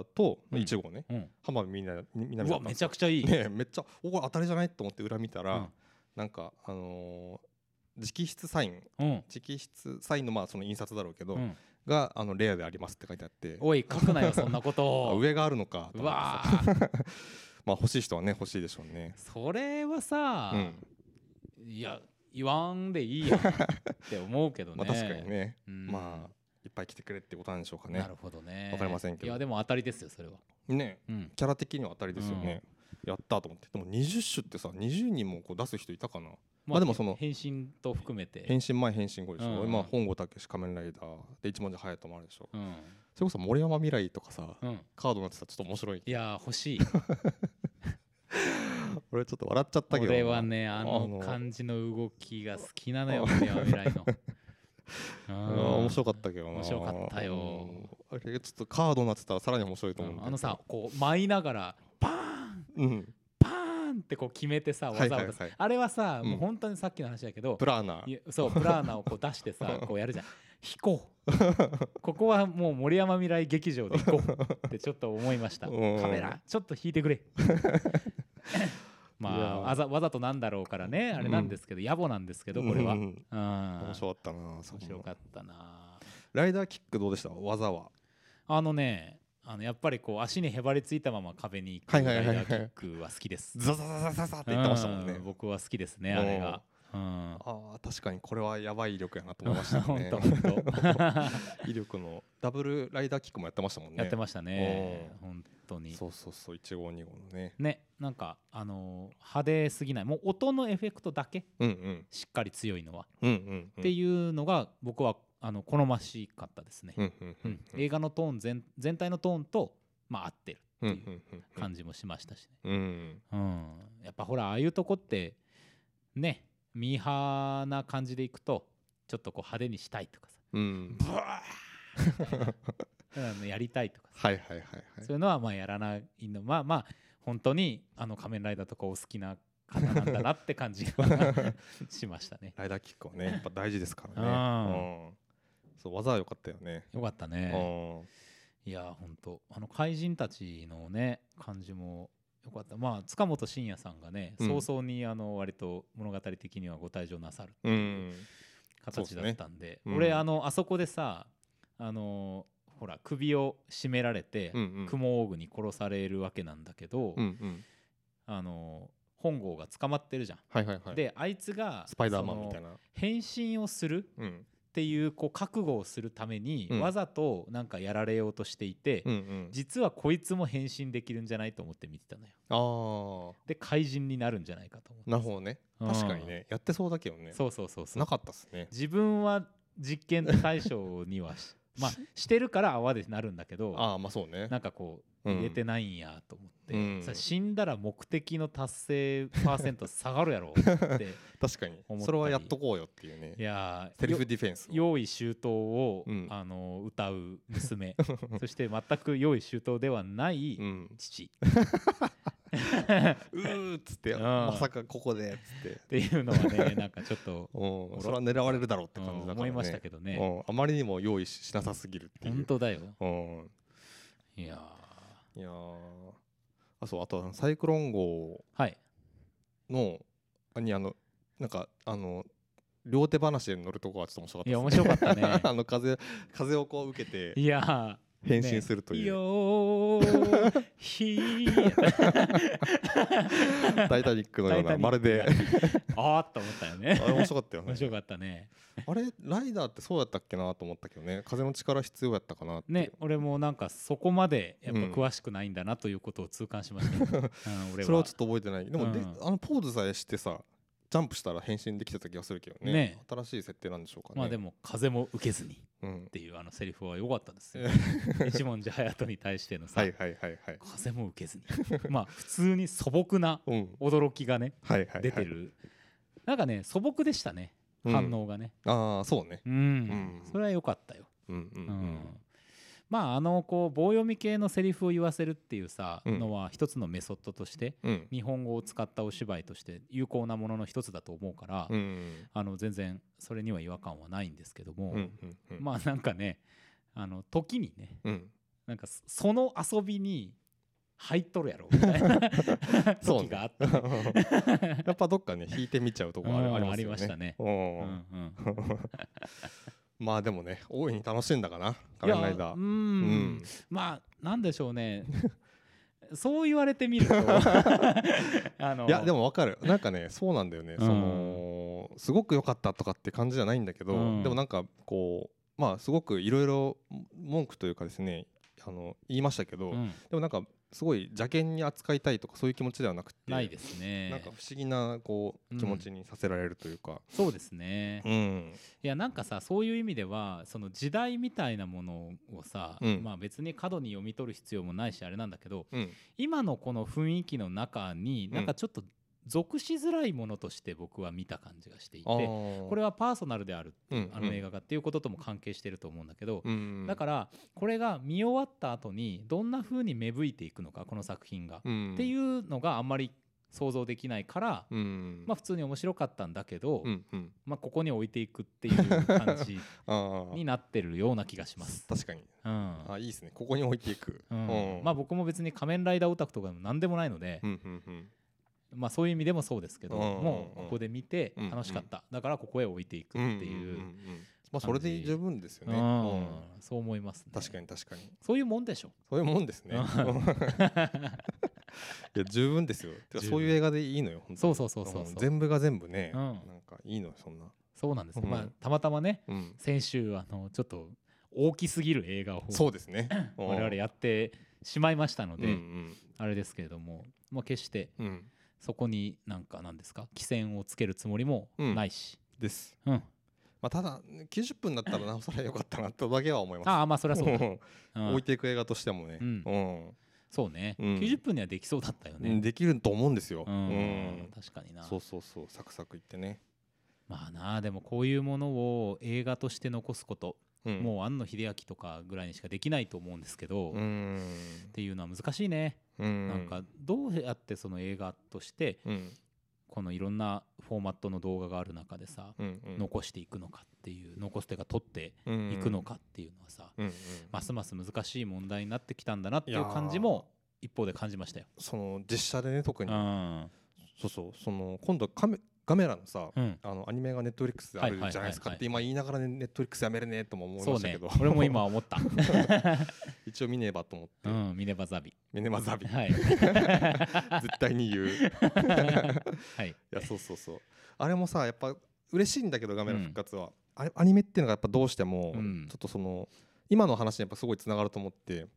S2: ーと
S1: うん
S2: 1号ね、
S1: うんうん
S2: 浜辺みんなみな
S1: うわめちゃくちゃいい、
S2: ねえめっちゃおこれ当たりじゃないと思って裏見た
S1: う
S2: ら、
S1: ん
S2: なんかあのー直筆サイン
S1: うん
S2: 直筆サインのまあその印刷だろうけど、
S1: うん
S2: があのレアでありますって書いてあって
S1: おい書くなよそんなこ
S2: あ
S1: と
S2: 上があるのかと
S1: う
S2: 思って
S1: わ
S2: さ
S1: ー
S2: まあ欲しい人はね欲しいでしょうね
S1: それはさ、
S2: うん
S1: いや言わんでいいやんって思うけどね
S2: [laughs] まあ確かにね
S1: うん
S2: まあいっぱい来てくれってことなんでしょうかね
S1: なるほどね
S2: わかりませんけど
S1: いやでも当たりですよそれは
S2: ね
S1: うん
S2: キャラ的には当たりですよねやったと思ってでも20種ってさ20人もこう出す人いたかなまあでもその
S1: 返信と含めて
S2: 変身前変身後でし
S1: うん
S2: ょ
S1: うん
S2: 今本郷武史仮面ライダーで一文字隼人もあるでしょ
S1: うん、
S2: それこそ森山未来とかさ
S1: うん、
S2: カードになってさちょっと面白い
S1: いやー欲しい
S2: [laughs] 俺ちょっと笑っちゃったけどな
S1: 俺はねあの感じの動きが好きなのよ俺は未来
S2: [laughs]
S1: の
S2: あ
S1: うん
S2: ー面白かったけどな
S1: 面白かったよ
S2: うんあれちょっとカードになってたらさらに面白いと思うんだよ
S1: あのさこう舞いながらパーン
S2: うん
S1: パーンってこう決めてさわざわざ、
S2: はいはいはい
S1: あれはさ、
S2: うん
S1: もう本当にさっきの話だけど
S2: プラーナー
S1: いやそうプラーナをこう出してさこうやるじゃん引こうここはもう森山未来劇場で行こう
S2: [laughs]
S1: ってちょっと思いました
S2: うん
S1: カメラちょっと引いて
S2: [laughs]
S1: くれま
S2: いや
S1: あ
S2: ー
S1: わざわざとなんだろうからねあれなんですけど、野暮なんですけどこれは、う
S2: うんん面白かったなそこ
S1: 面
S2: も
S1: 白かったな
S2: ライダーキックどうでした技は
S1: あのねあのやっぱりこう足にへばりついたまま壁に行く
S2: は
S1: ラ
S2: い
S1: イ
S2: はいはいは
S1: ダ
S2: い
S1: ーキックは好きです、
S2: ザザザザザザって言ってましたもんね
S1: うん僕は好きですねあれが、うん、
S2: あー確かにこれはやばい威力やなと思いましたね
S1: [laughs] 本当本当
S2: [laughs] 威力のダブルライダーキックもやってましたもんね
S1: やってましたね
S2: うん
S1: 本当に
S2: そうそうそう1号2号のね
S1: ねなんかあのー派手すぎないもう音のエフェクトだけ
S2: うんうん
S1: しっかり強いのは、
S2: うんうんうん
S1: っていうのが僕はあの好ましかったですね、
S2: うんうんう
S1: うんん映画のトーン全全体のトーンと、まあ、合ってる
S2: うんう
S1: ってい
S2: んうん
S1: う感じもしましたしね、
S2: うん
S1: うん、やっぱほらああいうとこってねミーハーな感じでいくとちょっとこう派手にしたいとかさ
S2: うん
S1: ブワーあのやりたいとかさ
S2: はいはいはいはい
S1: そういうのはまあやらないのまあまあ本当にあの仮面ライダーとかお好きな方なんだなって感じが
S2: [laughs]
S1: しましたね。
S2: ライダーキックはねやっぱ大事ですから
S1: あ
S2: ねうんそう技は良かったよね
S1: よかったね。いや本当あの怪人たちのね感じもよかった。まあ塚本慎也さんがね、
S2: うん
S1: 早々にあの割と物語的にはご退場なさる
S2: うんうん
S1: 形だったんで、
S2: そうですねうん
S1: 俺あのあそこでさあのほら首を絞められて、
S2: うんうん
S1: 雲大具に殺されるわけなんだけど、
S2: うんうん
S1: あの本郷が捕まってるじゃん。
S2: はいはいはい
S1: であいつが
S2: スパイダーマンみた
S1: そ
S2: い
S1: の
S2: な
S1: 変身をする
S2: うん
S1: っていうこう覚悟をするために、
S2: うん
S1: わざとなんかやられようとしていて、
S2: うんうん
S1: 実はこいつも変身できるんじゃないと思って見てたのよ
S2: あー
S1: で怪人になるんじゃないかと思って
S2: なるほどね
S1: うん
S2: 確かにねやってそうだけどね
S1: そうそうそうそう
S2: なかったっすね
S1: 自分は実験対象には
S2: [laughs]
S1: しまあしてるから泡でなるんだけど
S2: ああまあそうね
S1: なんかこう
S2: うん
S1: 入れてないんやと思って、
S2: うん
S1: それ死んだら目的の達成パーセント [laughs] 下がるやろ
S2: [laughs]
S1: って
S2: 確かに
S1: 思ったり
S2: それはやっとこうよっていうね
S1: いやー
S2: セルフディフェンスを
S1: 用意周到を、
S2: うん
S1: あの歌う
S2: [laughs]
S1: 娘そして全く用意周到ではない
S2: うん
S1: 父、
S2: うーっつって
S1: うん
S2: まさかここでっつって
S1: っていうのは
S2: [laughs]
S1: ねなんかちょっと、
S2: う
S1: ろ
S2: んそれは狙われるだろうって
S1: うん
S2: 感じだからね
S1: 思いましたけどね
S2: うんあまりにも用意ししなさすぎるっていう
S1: 本当だよ
S2: うん
S1: いやー
S2: いやーあそうあとあのサイクロン号
S1: はい
S2: のにあのなんかあの両手話で乗るとこがちょっと面白かった
S1: い
S2: で
S1: や面白かったね
S2: すね [laughs] あの風風をこう受けて
S1: いやー
S2: 変身すると
S1: ね
S2: いう
S1: よーひー
S2: 「タイタニック」のよう
S1: タイタニッ
S2: な
S1: ク
S2: まる [laughs] で
S1: あーっと思ったよ
S2: あ
S1: ね
S2: れ面白かったよね
S1: 面白かったね
S2: あれライダーってそうだったっけなと思ったけどね風の力必要やったかなっていう
S1: ね俺もなんかそこまでやっぱ
S2: うん
S1: 詳しくないんだなということを痛感しま
S2: [laughs]
S1: した、うん、俺は
S2: それはちょっと覚えてないでも、で
S1: うん
S2: あのポーズさえしてさジャンプしたら変身できてた気がするけどね
S1: ね
S2: 新しい設定なんでしょうかね
S1: まあで、も風も受けずにっ
S2: うん、
S1: ていうあのセリフは良かったです
S2: [laughs]
S1: よ一文字隼人に対してのさ、
S2: はいはいはいはい
S1: 風も受けずにまあ普通に素朴な
S2: うん
S1: 驚きがね
S2: はいはいはい
S1: 出てるなんかね素朴でしたね
S2: うん
S1: 反応がね
S2: ああそうね
S1: うん、
S2: うん
S1: それは良かったよ
S2: うんうんう
S1: うん
S2: ん
S1: まああのこう棒読み系のセリフを言わせるっていうさ、
S2: うん
S1: のは一つのメソッドとして
S2: うん
S1: 日本語を使ったお芝居として有効なものの一つだと思うから、
S2: うん
S1: あの全然それには違和感はないんですけども、
S2: うんうんうん
S1: まあなんかねあの時にね
S2: うん [laughs]
S1: なんかそその遊びに入っとるやろみたいな
S2: [laughs] そう
S1: 時
S2: ね
S1: があった、
S2: やっぱどっかね引いてみちゃうとこあ
S1: う
S2: る
S1: ん
S2: ありますよね
S1: ありましたね
S2: う
S1: うんんうん、
S2: まあでもね大いに楽しんだかな仮面ライ
S1: いや
S2: ダ
S1: う
S2: ーうんん
S1: まあなんでしょう
S2: [laughs]
S1: ねそう言われてみるとあの
S2: いやでもわかるなんか
S1: [laughs]
S2: ねそうなんだよね
S1: うん
S2: そのすごく良かったとかって感じじゃないんだけど
S1: うん
S2: でもなんかこうまあすごくいろいろ文句というかですねあの言いましたけど
S1: う
S2: で
S1: ん
S2: もなんかすごい邪険に扱いたいとかそういう気持ちではなくて
S1: ないですね
S2: なんか不思議なこ
S1: う
S2: うん気持ちにさせられるというか
S1: そうですね、
S2: うん
S1: いやなんかさそういう意味ではその時代みたいなものをさ、
S2: うん
S1: まあ別に過度に読み取る必要もないしあれなんだけど
S2: うん
S1: 今のこの雰囲気の中に
S2: うん
S1: なんかちょっと属しづらいものとして僕は見た感じがしていて、
S2: あ
S1: こ
S2: ー
S1: れはパーソナルである
S2: うん
S1: あの映画がっていうこととも関係してると思うんだけど、
S2: うん
S1: だからこれが見終わった後にどんな風に芽吹いていくのかこの作品が、
S2: うん
S1: っていうのがあんまり想像できないから、
S2: うん
S1: まあ普通に面白かったんだけど、
S2: うんうん
S1: まあここに置いていくっていう感
S2: [laughs]
S1: じ
S2: ああ
S1: になってるような気がし
S2: [laughs]
S1: ます。
S2: 確かに
S1: うん
S2: あいいですねここに置いていく
S1: うんまあ僕も別に仮面ライダーオタクとかでも何でもないので、
S2: うんうんうん
S1: まあそういう意味でもそうですけど、
S2: うんうんうん
S1: もうここで見て
S2: うんうん
S1: 楽しかった、だからここへ置いていく
S2: うん
S1: っていう,、
S2: んんんまあそれで十分ですよね
S1: うん
S2: うん
S1: そう思いますね
S2: 確かに確かに
S1: そういうもんでしょ [laughs]
S2: そういうもんですね
S1: うん
S2: [laughs] いや十分ですよて
S1: 十
S2: か
S1: 分
S2: そういう映画でいいのよ本当に
S1: そうそうそうそうん
S2: 全部が全部ね
S1: うん
S2: なんかいいのよそんな
S1: そうなんですよ、
S2: うん
S1: まあたまたまね
S2: うん
S1: 先週あのちょっと大きすぎる映画を
S2: そうですねう
S1: [coughs]
S2: ん
S1: 我々やってしまいましたので、
S2: うん
S1: あれですけれども、まあ、決して
S2: うんうん
S1: そこになんかなんですか規制をつけるつもりもないし、
S2: です
S1: うん
S2: まあただ90分だったらなおさら良かったなとだけは思います
S1: ああまあそりゃそうだ、
S2: [laughs] うん
S1: うん
S2: 置いていく映画としてもね
S1: う
S2: うんん
S1: そうね、
S2: うん
S1: 90分にはできそうだったよ
S2: うん
S1: ね、
S2: できると思うんですよ
S1: う
S2: うんん
S1: 確かにな
S2: そうそうそうサクサクいってね
S1: まあなあでもこういうものを映画として残すこと、
S2: うん
S1: もう庵野秀明とかぐらいにしかできないと思うんですけど、
S2: う
S1: っ
S2: ん
S1: ていうのは難しいね、
S2: うん
S1: なんかどうやってその映画として
S2: うん
S1: このいろんなフォーマットの動画がある中でさ、
S2: うんうん
S1: 残していくのかっていう残す手が取ってい
S2: 行
S1: くの、かっていうのはさ、
S2: うんうん
S1: ますます難しい問題になってきたんだなってい
S2: いうやー
S1: 感じも一方で感じましたよ。
S2: その実写でね特
S1: う
S2: に
S1: ん、
S2: そうそうその今度カメガメラのさ、
S1: うん、
S2: あのアニメがネットフリックスであるじゃないですか
S1: はいはいはいはい
S2: って今言いながらねネットフリックスやめるねとも思い
S1: そ
S2: ま
S1: う
S2: したけ
S1: ね
S2: ど、
S1: 俺も今思った。
S2: [laughs] 一応見ねばと思って、
S1: うん、ミネバザビ。
S2: ミネマザ
S1: [laughs]
S2: ビ
S1: はい。
S2: 絶対に言うい
S1: はい。
S2: やそうそうそうあれもさやっぱ嬉しいんだけどガメラ復活は、あれアニメっていうのがやっぱどうしても、
S1: うん
S2: ちょっとその今の話にやっぱすごいつながると思って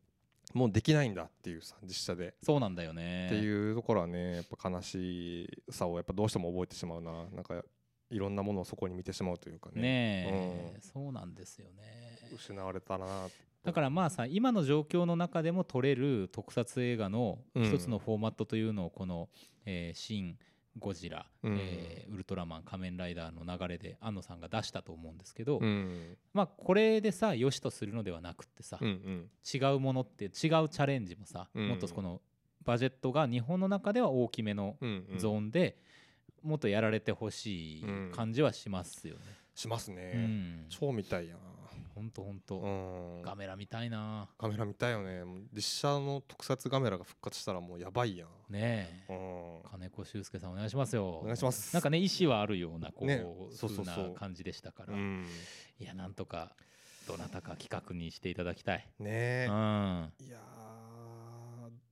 S2: もうできないんだっていうさ実写で
S1: そうなんだよね。
S2: っていうところはねやっぱ悲しさをやっぱどうしても覚えてしまうななんかいろんなものをそこに見てしまうというかね
S1: ねえ、
S2: うん
S1: そうなんですよね
S2: 失われたなあ
S1: だからまあさ今の状況の中でも撮れる特撮映画の一つのフォーマットというのをこの「えーシン・ゴジラ」
S2: うん
S1: えーウルトラマン」「仮面ライダー」の流れで安野さんが出したと思うんですけど、
S2: うん
S1: まあこれでさ良しとするのではなくってさ、
S2: うんうん
S1: 違うものって違うチャレンジもさ、
S2: うん
S1: もっとこのバジェットが日本の中では大きめの
S2: うんうん
S1: ゾーンで、もっとやられてほしい感じはしますよね。
S2: します
S1: う
S2: ね
S1: ん、
S2: 超みたいやな
S1: ほんとほん
S2: う
S1: と、
S2: ん
S1: ガメラみたいな
S2: カメラ見たいよねもう実写の特撮カメラが復活したらもうやばいやん
S1: ねえ。
S2: うん
S1: 金子修介さんお願いしますよ。
S2: お願いします
S1: なんかね意思はあるようなこう、
S2: ね
S1: そ
S2: そううそうそう
S1: な感じでしたから、
S2: うん
S1: いやなんとかどなたか企画にしていただきたい。
S2: ね
S1: う
S2: え
S1: ん、
S2: いや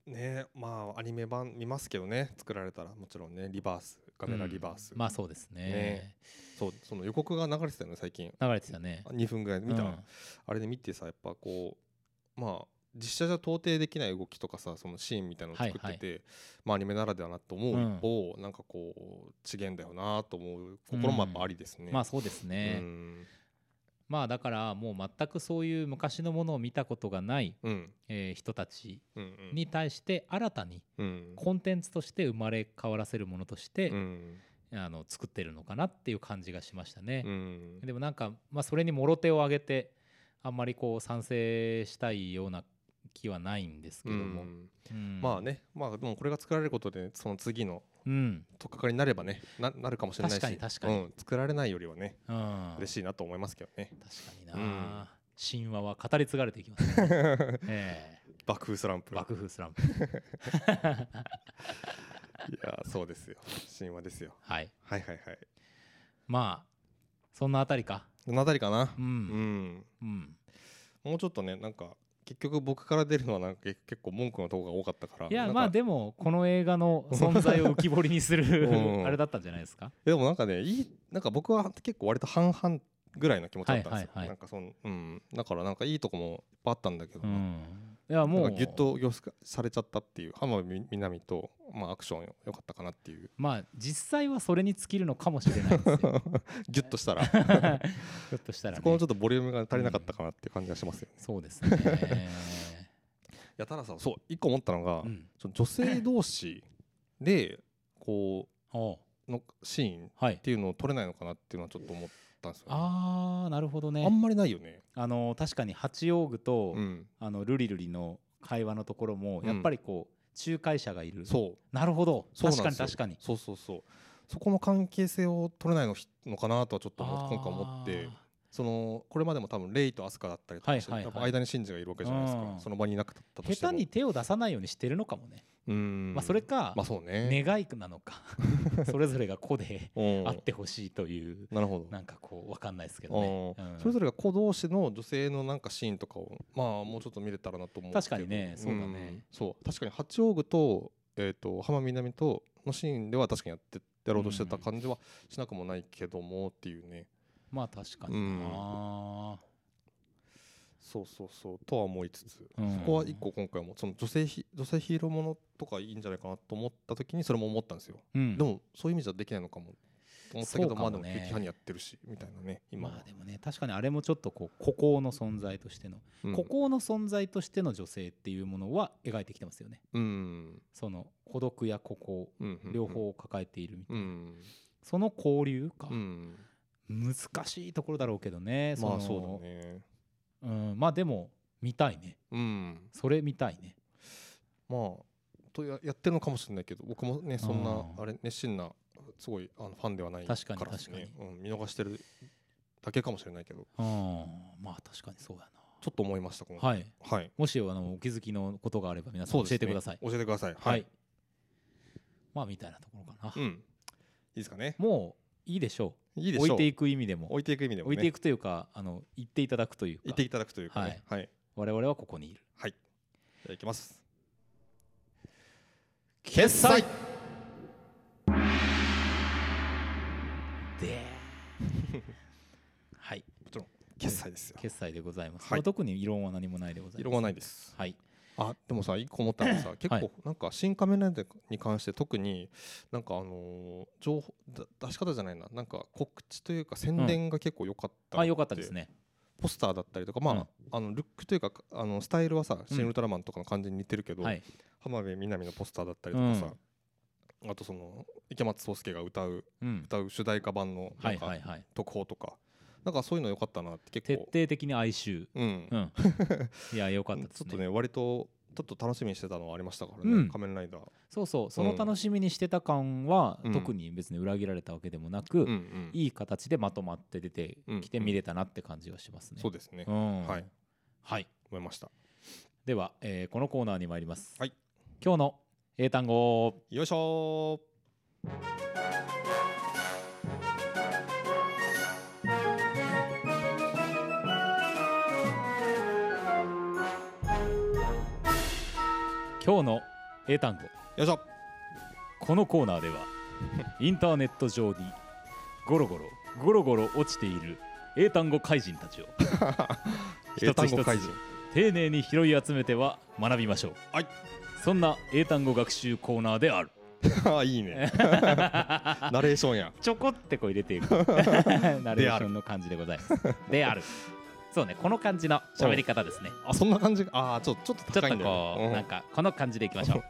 S2: ーねまあアニメ版見ますけどね作られたらもちろんねリバースカメラリバース、
S1: うんまあそうですね。
S2: ねそうその予告が流れてたよね最近
S1: 流れてたね。
S2: 2分ぐらい見た、
S1: うん
S2: あれで見てさやっぱこうまあ実写じゃ到底できない動きとかさそのシーンみたいなのを作ってて、
S1: はい
S2: まあ、アニメならではなと思う
S1: うん
S2: 一方、なんかこう次元だよなと思う心もやっぱありですね。
S1: まあそうですね、
S2: うん
S1: まあだからもう全くそういう昔のものを見たことがない、
S2: うん
S1: えー人たち
S2: うんうん
S1: に対して新たに
S2: うん
S1: コンテンツとして生まれ変わらせるものとして、
S2: うん
S1: あの作ってるのかなっていう感じがしましたね。
S2: うん
S1: でもなんか、まあ、それにもろ手を挙げてあんまりこう賛成したいような気はないんですけ
S2: う
S1: ども、
S2: ん
S1: うん
S2: まあ、ねまあでもこれが作られることでその次の
S1: うん
S2: とっかかりになればねななるかもしれないし
S1: 確かに確かに
S2: うん、作られないよりはね
S1: うん、
S2: 嬉しいなと思いますけどね
S1: 確かに
S2: うん
S1: な、神話は語り継がれていきます
S2: [laughs]
S1: ね、ええ
S2: 爆風スランプ
S1: 爆風スランプ
S2: いやそうですよ神話ですよ
S1: はい
S2: はいはいはい
S1: まあそんなあたりか
S2: どのあたりかな
S1: う
S2: うんん
S1: うん、
S2: もうちょっとねなんか結局僕から出るのはなんか結構文句のとこが多かったから
S1: いや
S2: なん
S1: まあ
S2: かで
S1: でもこの映画の存在を浮き彫りにする
S2: う
S1: [laughs]
S2: ん
S1: あれだったんじゃないですか
S2: もなんかねいいなんか僕は結構割と半々ぐらいの気持ちだったんですよ、
S1: はいはいはい
S2: なんかそのうんだからなんかいいとこもいっぱいあったんだけど、
S1: うんいや
S2: も
S1: も
S2: う
S1: う
S2: ギュッと凝縮されちゃったっていう浜辺美波と、まあ、アクション良かったかなっていう [laughs]
S1: まあ実際はそれに尽きるのかもしれないですよ
S2: ギュッと
S1: [laughs]
S2: したら
S1: ひょっとしたら、
S2: そ
S1: ね、
S2: このちょっとボリュームが足りなかったかなっていう感じがしますよね、
S1: そうですね。
S2: いやたださ [laughs] そう一個思ったのが、
S1: うん、
S2: ちょ女性同士でこ
S1: おう
S2: うのシーンっ
S1: はい。
S2: ていうのを撮れないのかなっていうのはちょっと思ったんですよね、
S1: ああなるほど
S2: あん
S1: ね。
S2: まりないよね。
S1: あの確かに八王子と、
S2: うん、
S1: あのルリルリの会話のところも
S2: うん
S1: やっぱりこう、仲介者がいる。
S2: そう
S1: なるほど。
S2: そう
S1: 確
S2: なん
S1: か
S2: で
S1: に
S2: す
S1: 確
S2: よ
S1: かに。
S2: そうそうそうそこの関係性を取れないのひのかなとはちょっと
S1: あ
S2: 思
S1: ー
S2: 今回思ってそのこれまでも多分レイとアスカだったりと
S1: はい
S2: かして、
S1: はいはい
S2: やっぱ間にシンジがいるわけじゃないですか、
S1: うん
S2: その場にいなくったとして
S1: 下
S2: も
S1: 手に手を出さないようにしてるのかもね。
S2: うん
S1: まあそれか、
S2: まあそうね
S1: 願いなの
S2: [laughs]
S1: かそれぞれが子で
S2: うん
S1: あってほしいという
S2: なるほど
S1: なんかこうわかんないですけどね。
S2: うん
S1: うん
S2: それぞれが子同士の女性のなんかシーンとかをまあもうちょっと見れたらなと思うけど
S1: 確かにねそうだね
S2: んそう確かに八王子と,、えー、と浜南とのシーンでは確かにやってやろうとしてた感じはしなくもないけどもっていうね、
S1: まあ確かにな。
S2: そうそうそうとは思いつつ、
S1: うん
S2: そこは一個今回もその女性ひ女性ヒーローものとかいいんじゃないかなと思った時にそれも思ったんですよ、
S1: うん
S2: でもそういう意味じゃできないのかもと思ったけ
S1: そう
S2: ど、
S1: か
S2: ま
S1: も
S2: あでも
S1: ね
S2: 急ににやってるしみたいなね今は、
S1: まあでもね確かにあれもちょっとこう孤高の存在としての、
S2: うん
S1: 孤高の存在としての女性っていうものは描いてきてますよね
S2: うん
S1: その孤独や孤高
S2: うんうん
S1: 両方を抱えているみたいな、
S2: うん
S1: その交流か、
S2: うん
S1: 難しいところだろうけどね
S2: まあ
S1: の
S2: そうだね
S1: うん、まあでも見たいね
S2: うん
S1: それ見たいね
S2: まあとややってるのかもしれないけど僕もねそん
S1: あ
S2: な
S1: ー
S2: あれ熱心なすごいあのファンではない
S1: 確かに
S2: らですね
S1: 確
S2: うん、見逃してるだけかもしれないけど
S1: うんまあ確かにそうや
S2: ちょっと思いましたこの
S1: なはい
S2: はい
S1: もしあのお気づきのことがあれば皆さ
S2: そ
S1: ん
S2: うです
S1: 教
S2: ね
S1: えてください、
S2: 教えてください
S1: はい、
S2: はい、
S1: まあみたいなところかな、
S2: うんいいですかね
S1: もういいでしょ
S2: いいうでしょう
S1: 置いていく意味でも
S2: 置いていく意味でも、
S1: 置い
S2: ね、
S1: ていくというかあの言っていただくというか
S2: 言っていただくというかねはい、
S1: 我々はここにいる
S2: はい、じゃあいきます
S1: 決
S2: さい
S1: で [laughs] はい
S2: もちろん決済ですよ
S1: 決済でございます、
S2: はい
S1: まあ特に異論は何もないでございま
S2: 異論はないです
S1: すはい
S2: あでもさ一個思ったのがさ結構なんか「新仮面ライダー」に関して特になんかあのー情報だ出し方じゃないななんか告知というか宣伝が結構良かったな
S1: あ
S2: て
S1: 良かったですね
S2: ポスターだったりとかまあ,、あのルックというかあのスタイルはさ「シン・ウルトラマン」とかの感じに似てるけど、
S1: はい
S2: 浜辺美波のポスターだったりとかさ、あとその池松壮亮が歌う
S1: うん
S2: 歌う主題歌版の
S1: は
S2: なん
S1: いは
S2: か
S1: いはい
S2: 特報とか、なんかそういうの良かったなって
S1: 徹
S2: 結
S1: 底
S2: 構、
S1: 的に哀愁
S2: うん [laughs]
S1: うんいや良かったです
S2: ちょっとね割とちょっと楽しみにしてたのはありましたからね「
S1: うん
S2: 仮面ライダー」
S1: そうそうその楽しみにしてた感は、
S2: うん
S1: 特に別に裏切られたわけでもなく、
S2: うんうん
S1: いい形でまとまって出てきて
S2: うん
S1: 見れたなって感じはしますね。
S2: そうですね、
S1: うん
S2: はい
S1: はい
S2: 思いました
S1: では、えーこのコーナーに参ります。
S2: はい
S1: 今日の英単語
S2: よいしょ
S1: 今日の英単語
S2: ーよいしょ
S3: このコー
S2: [laughs]
S3: ナーではインターネット上にゴロゴロゴロゴロ落ちている英単語怪人たちを一
S2: 英
S3: つ
S2: 単語
S3: 一
S2: 怪
S3: つ
S2: 人
S3: 丁寧に拾い集めては学びましょう
S2: はい
S3: そんな英単語学習コーナーである
S2: [laughs] あーい
S1: [laughs]
S2: いねナレーションや
S1: ちょこってこう入れてい
S2: [laughs]
S1: くナレ
S2: で
S1: ー
S2: あ
S1: ショ
S2: る
S1: ンの感じでございます。である。そうねこの感じの喋り方ですね。
S2: あそんな感じああちょちょっと
S1: ちょっ
S2: 高い
S1: と
S2: んだよ
S1: こう、
S2: ね
S1: なんかこの感じでいきましょう。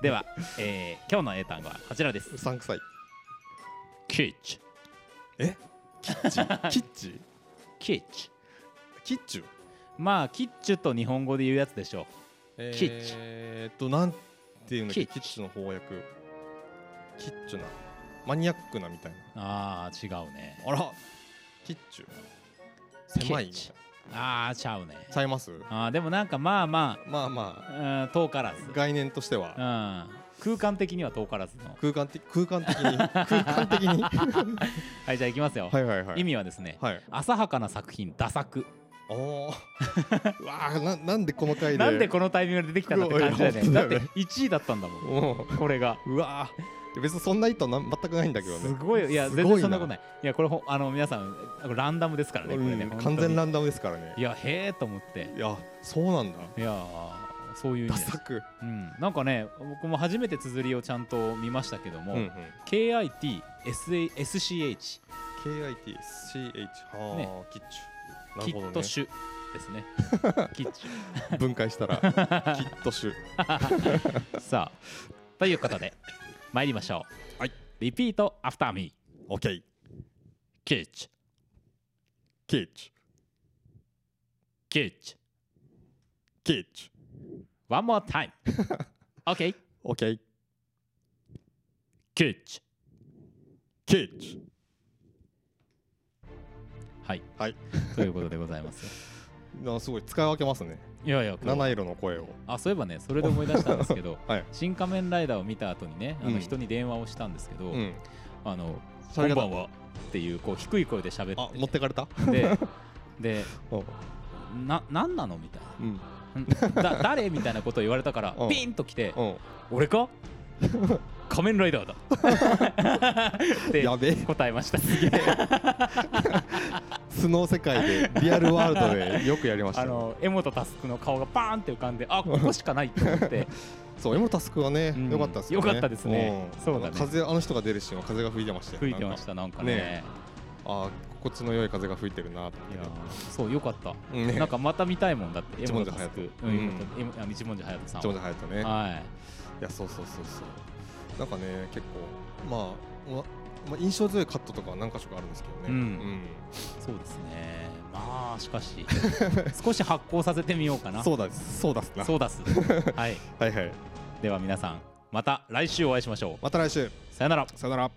S2: [laughs]
S1: では、えー今日の英単語はこちらです
S2: うんう。さんくさい
S3: キッチ
S2: キッチ
S1: キッチ。
S2: キッチュ
S1: まあキッチュと日本語で言うやつでしょう。キッチ
S2: えーっとなんていうんだっけ
S1: キッ
S2: キッチュの翻訳キッチュなマニアックなみたいな
S1: ああ違うね。
S2: あらキッチュ狭い
S1: キッ
S2: みたい
S1: チ
S2: な
S1: ああちゃうね。
S2: ちゃいます
S1: あーでもなんかまあま
S2: まあま
S1: あ、うん、遠からず、
S2: あ
S1: うん、
S2: 概念としては
S1: 空間的には遠からずの
S2: 空間的空間的に空間的
S1: [laughs]
S2: には
S1: はいじゃあいきますよ、
S2: いはいはい
S1: 意味はですね、
S2: はい
S1: 浅はかな作品打作
S2: おお [laughs] うわあななんでこの回で
S1: なんでこのタイミングで出てきたんだって感じだよね
S2: いや
S1: だっ
S2: 本当だ
S1: て
S2: よね
S1: 1位だったんだもん
S2: おー
S1: これが
S2: うわー別にそんな意図は全くないんだけど
S1: す
S2: ね
S1: ごいいや
S2: す
S1: 全
S2: ご
S1: 然
S2: いな
S1: そんなことないいやこれほあの皆さんこれランダムですからねこれね、
S2: うん
S1: 本当
S2: 完
S1: に
S2: 全ランダムですからね
S1: いやへえと思って
S2: いやそうなんだ
S1: いやーそういう意
S2: ダ
S1: 味で
S2: サ
S1: す、
S2: く
S1: うん、なんかね僕も初めて綴りをちゃんと見ましたけども、
S2: うんうん
S1: KITSCH
S2: KITCH はあ、
S1: ね
S2: キッチ
S1: キ
S2: ュな
S1: ッ
S2: るほど
S1: ト
S2: ね
S1: シュです
S2: [laughs]
S1: ね。キッチ
S2: 分解
S1: [laughs]
S2: したらキットシュ
S1: ュ。さあ、ということで、参りましょう。
S2: はい。
S1: リピートアフターミー。
S2: OK
S3: キッチ
S2: キッチュ
S3: キッチ
S2: キッチ
S1: One more
S2: [laughs]
S1: time. OK。
S2: ュ OK
S3: キッチ
S2: キッチュ
S1: はい。
S2: はい
S1: ということでございます。
S2: なんかすごい使い分けますね
S1: いやいや、今日は
S2: 七色の声を、
S1: あ、そういえばね、それで思い出したんですけど
S2: [laughs] はい
S1: 新仮面ライダーを見た後にね、あ
S2: う
S1: の
S2: ん
S1: 人に電話をしたんですけど、
S2: うん
S1: あの、
S3: こ
S2: 喋
S3: ん
S2: り
S3: ば
S2: 方
S3: んは
S1: っていう、こう、低い声で喋
S2: あ持ってか
S1: [laughs]
S2: れた
S1: って、
S2: [laughs]
S1: で、で、
S2: うん
S1: な、なんなのみたいな。
S2: うん
S1: んだ誰みたいな [laughs] ことを言われたから
S2: うん
S1: ピンときて
S2: うん
S3: 俺
S2: [laughs]
S3: か仮面ライダーだ
S2: [laughs]
S1: で
S2: やべえ
S1: 答えました
S2: スノー世界でリアルワールドでよくやりました
S1: あ
S2: ね
S1: の柄本佑の顔がバーンって浮かんであここしかないと思って、
S2: そう、エモタスクはね
S1: うん、
S2: 良かったですよね。
S1: 良かったですね
S2: ん
S1: そうだね
S2: 風、あの人が出るシーンは風が吹いてましたよ。。
S1: 吹いてましたたなんかね
S2: ねあー、心地の良い風が吹いてるなと
S1: いや
S2: 思っ
S1: ーそうよかった、
S2: てね。ね、
S1: なんかまた見たいもんだって
S2: 一文字
S1: 柄本佑
S2: 隼人
S1: うん柄本あ一文字隼人さん
S2: ジョージ入ったね。
S1: はい
S2: いや、そうそうそうそう。なんかね、結構、まあ、わまあ、印象強いカットとかは何箇所かあるんですけどね。
S1: うんそうですねまあしか
S2: [laughs]
S1: し少し発行させてみようか
S2: うん
S1: な
S2: そうだ、そうだっすな。
S1: そうだすはい
S2: はいはい。
S1: では皆さんまた来週お会いしましょう
S2: また来週。
S1: さよなら
S2: さよなら。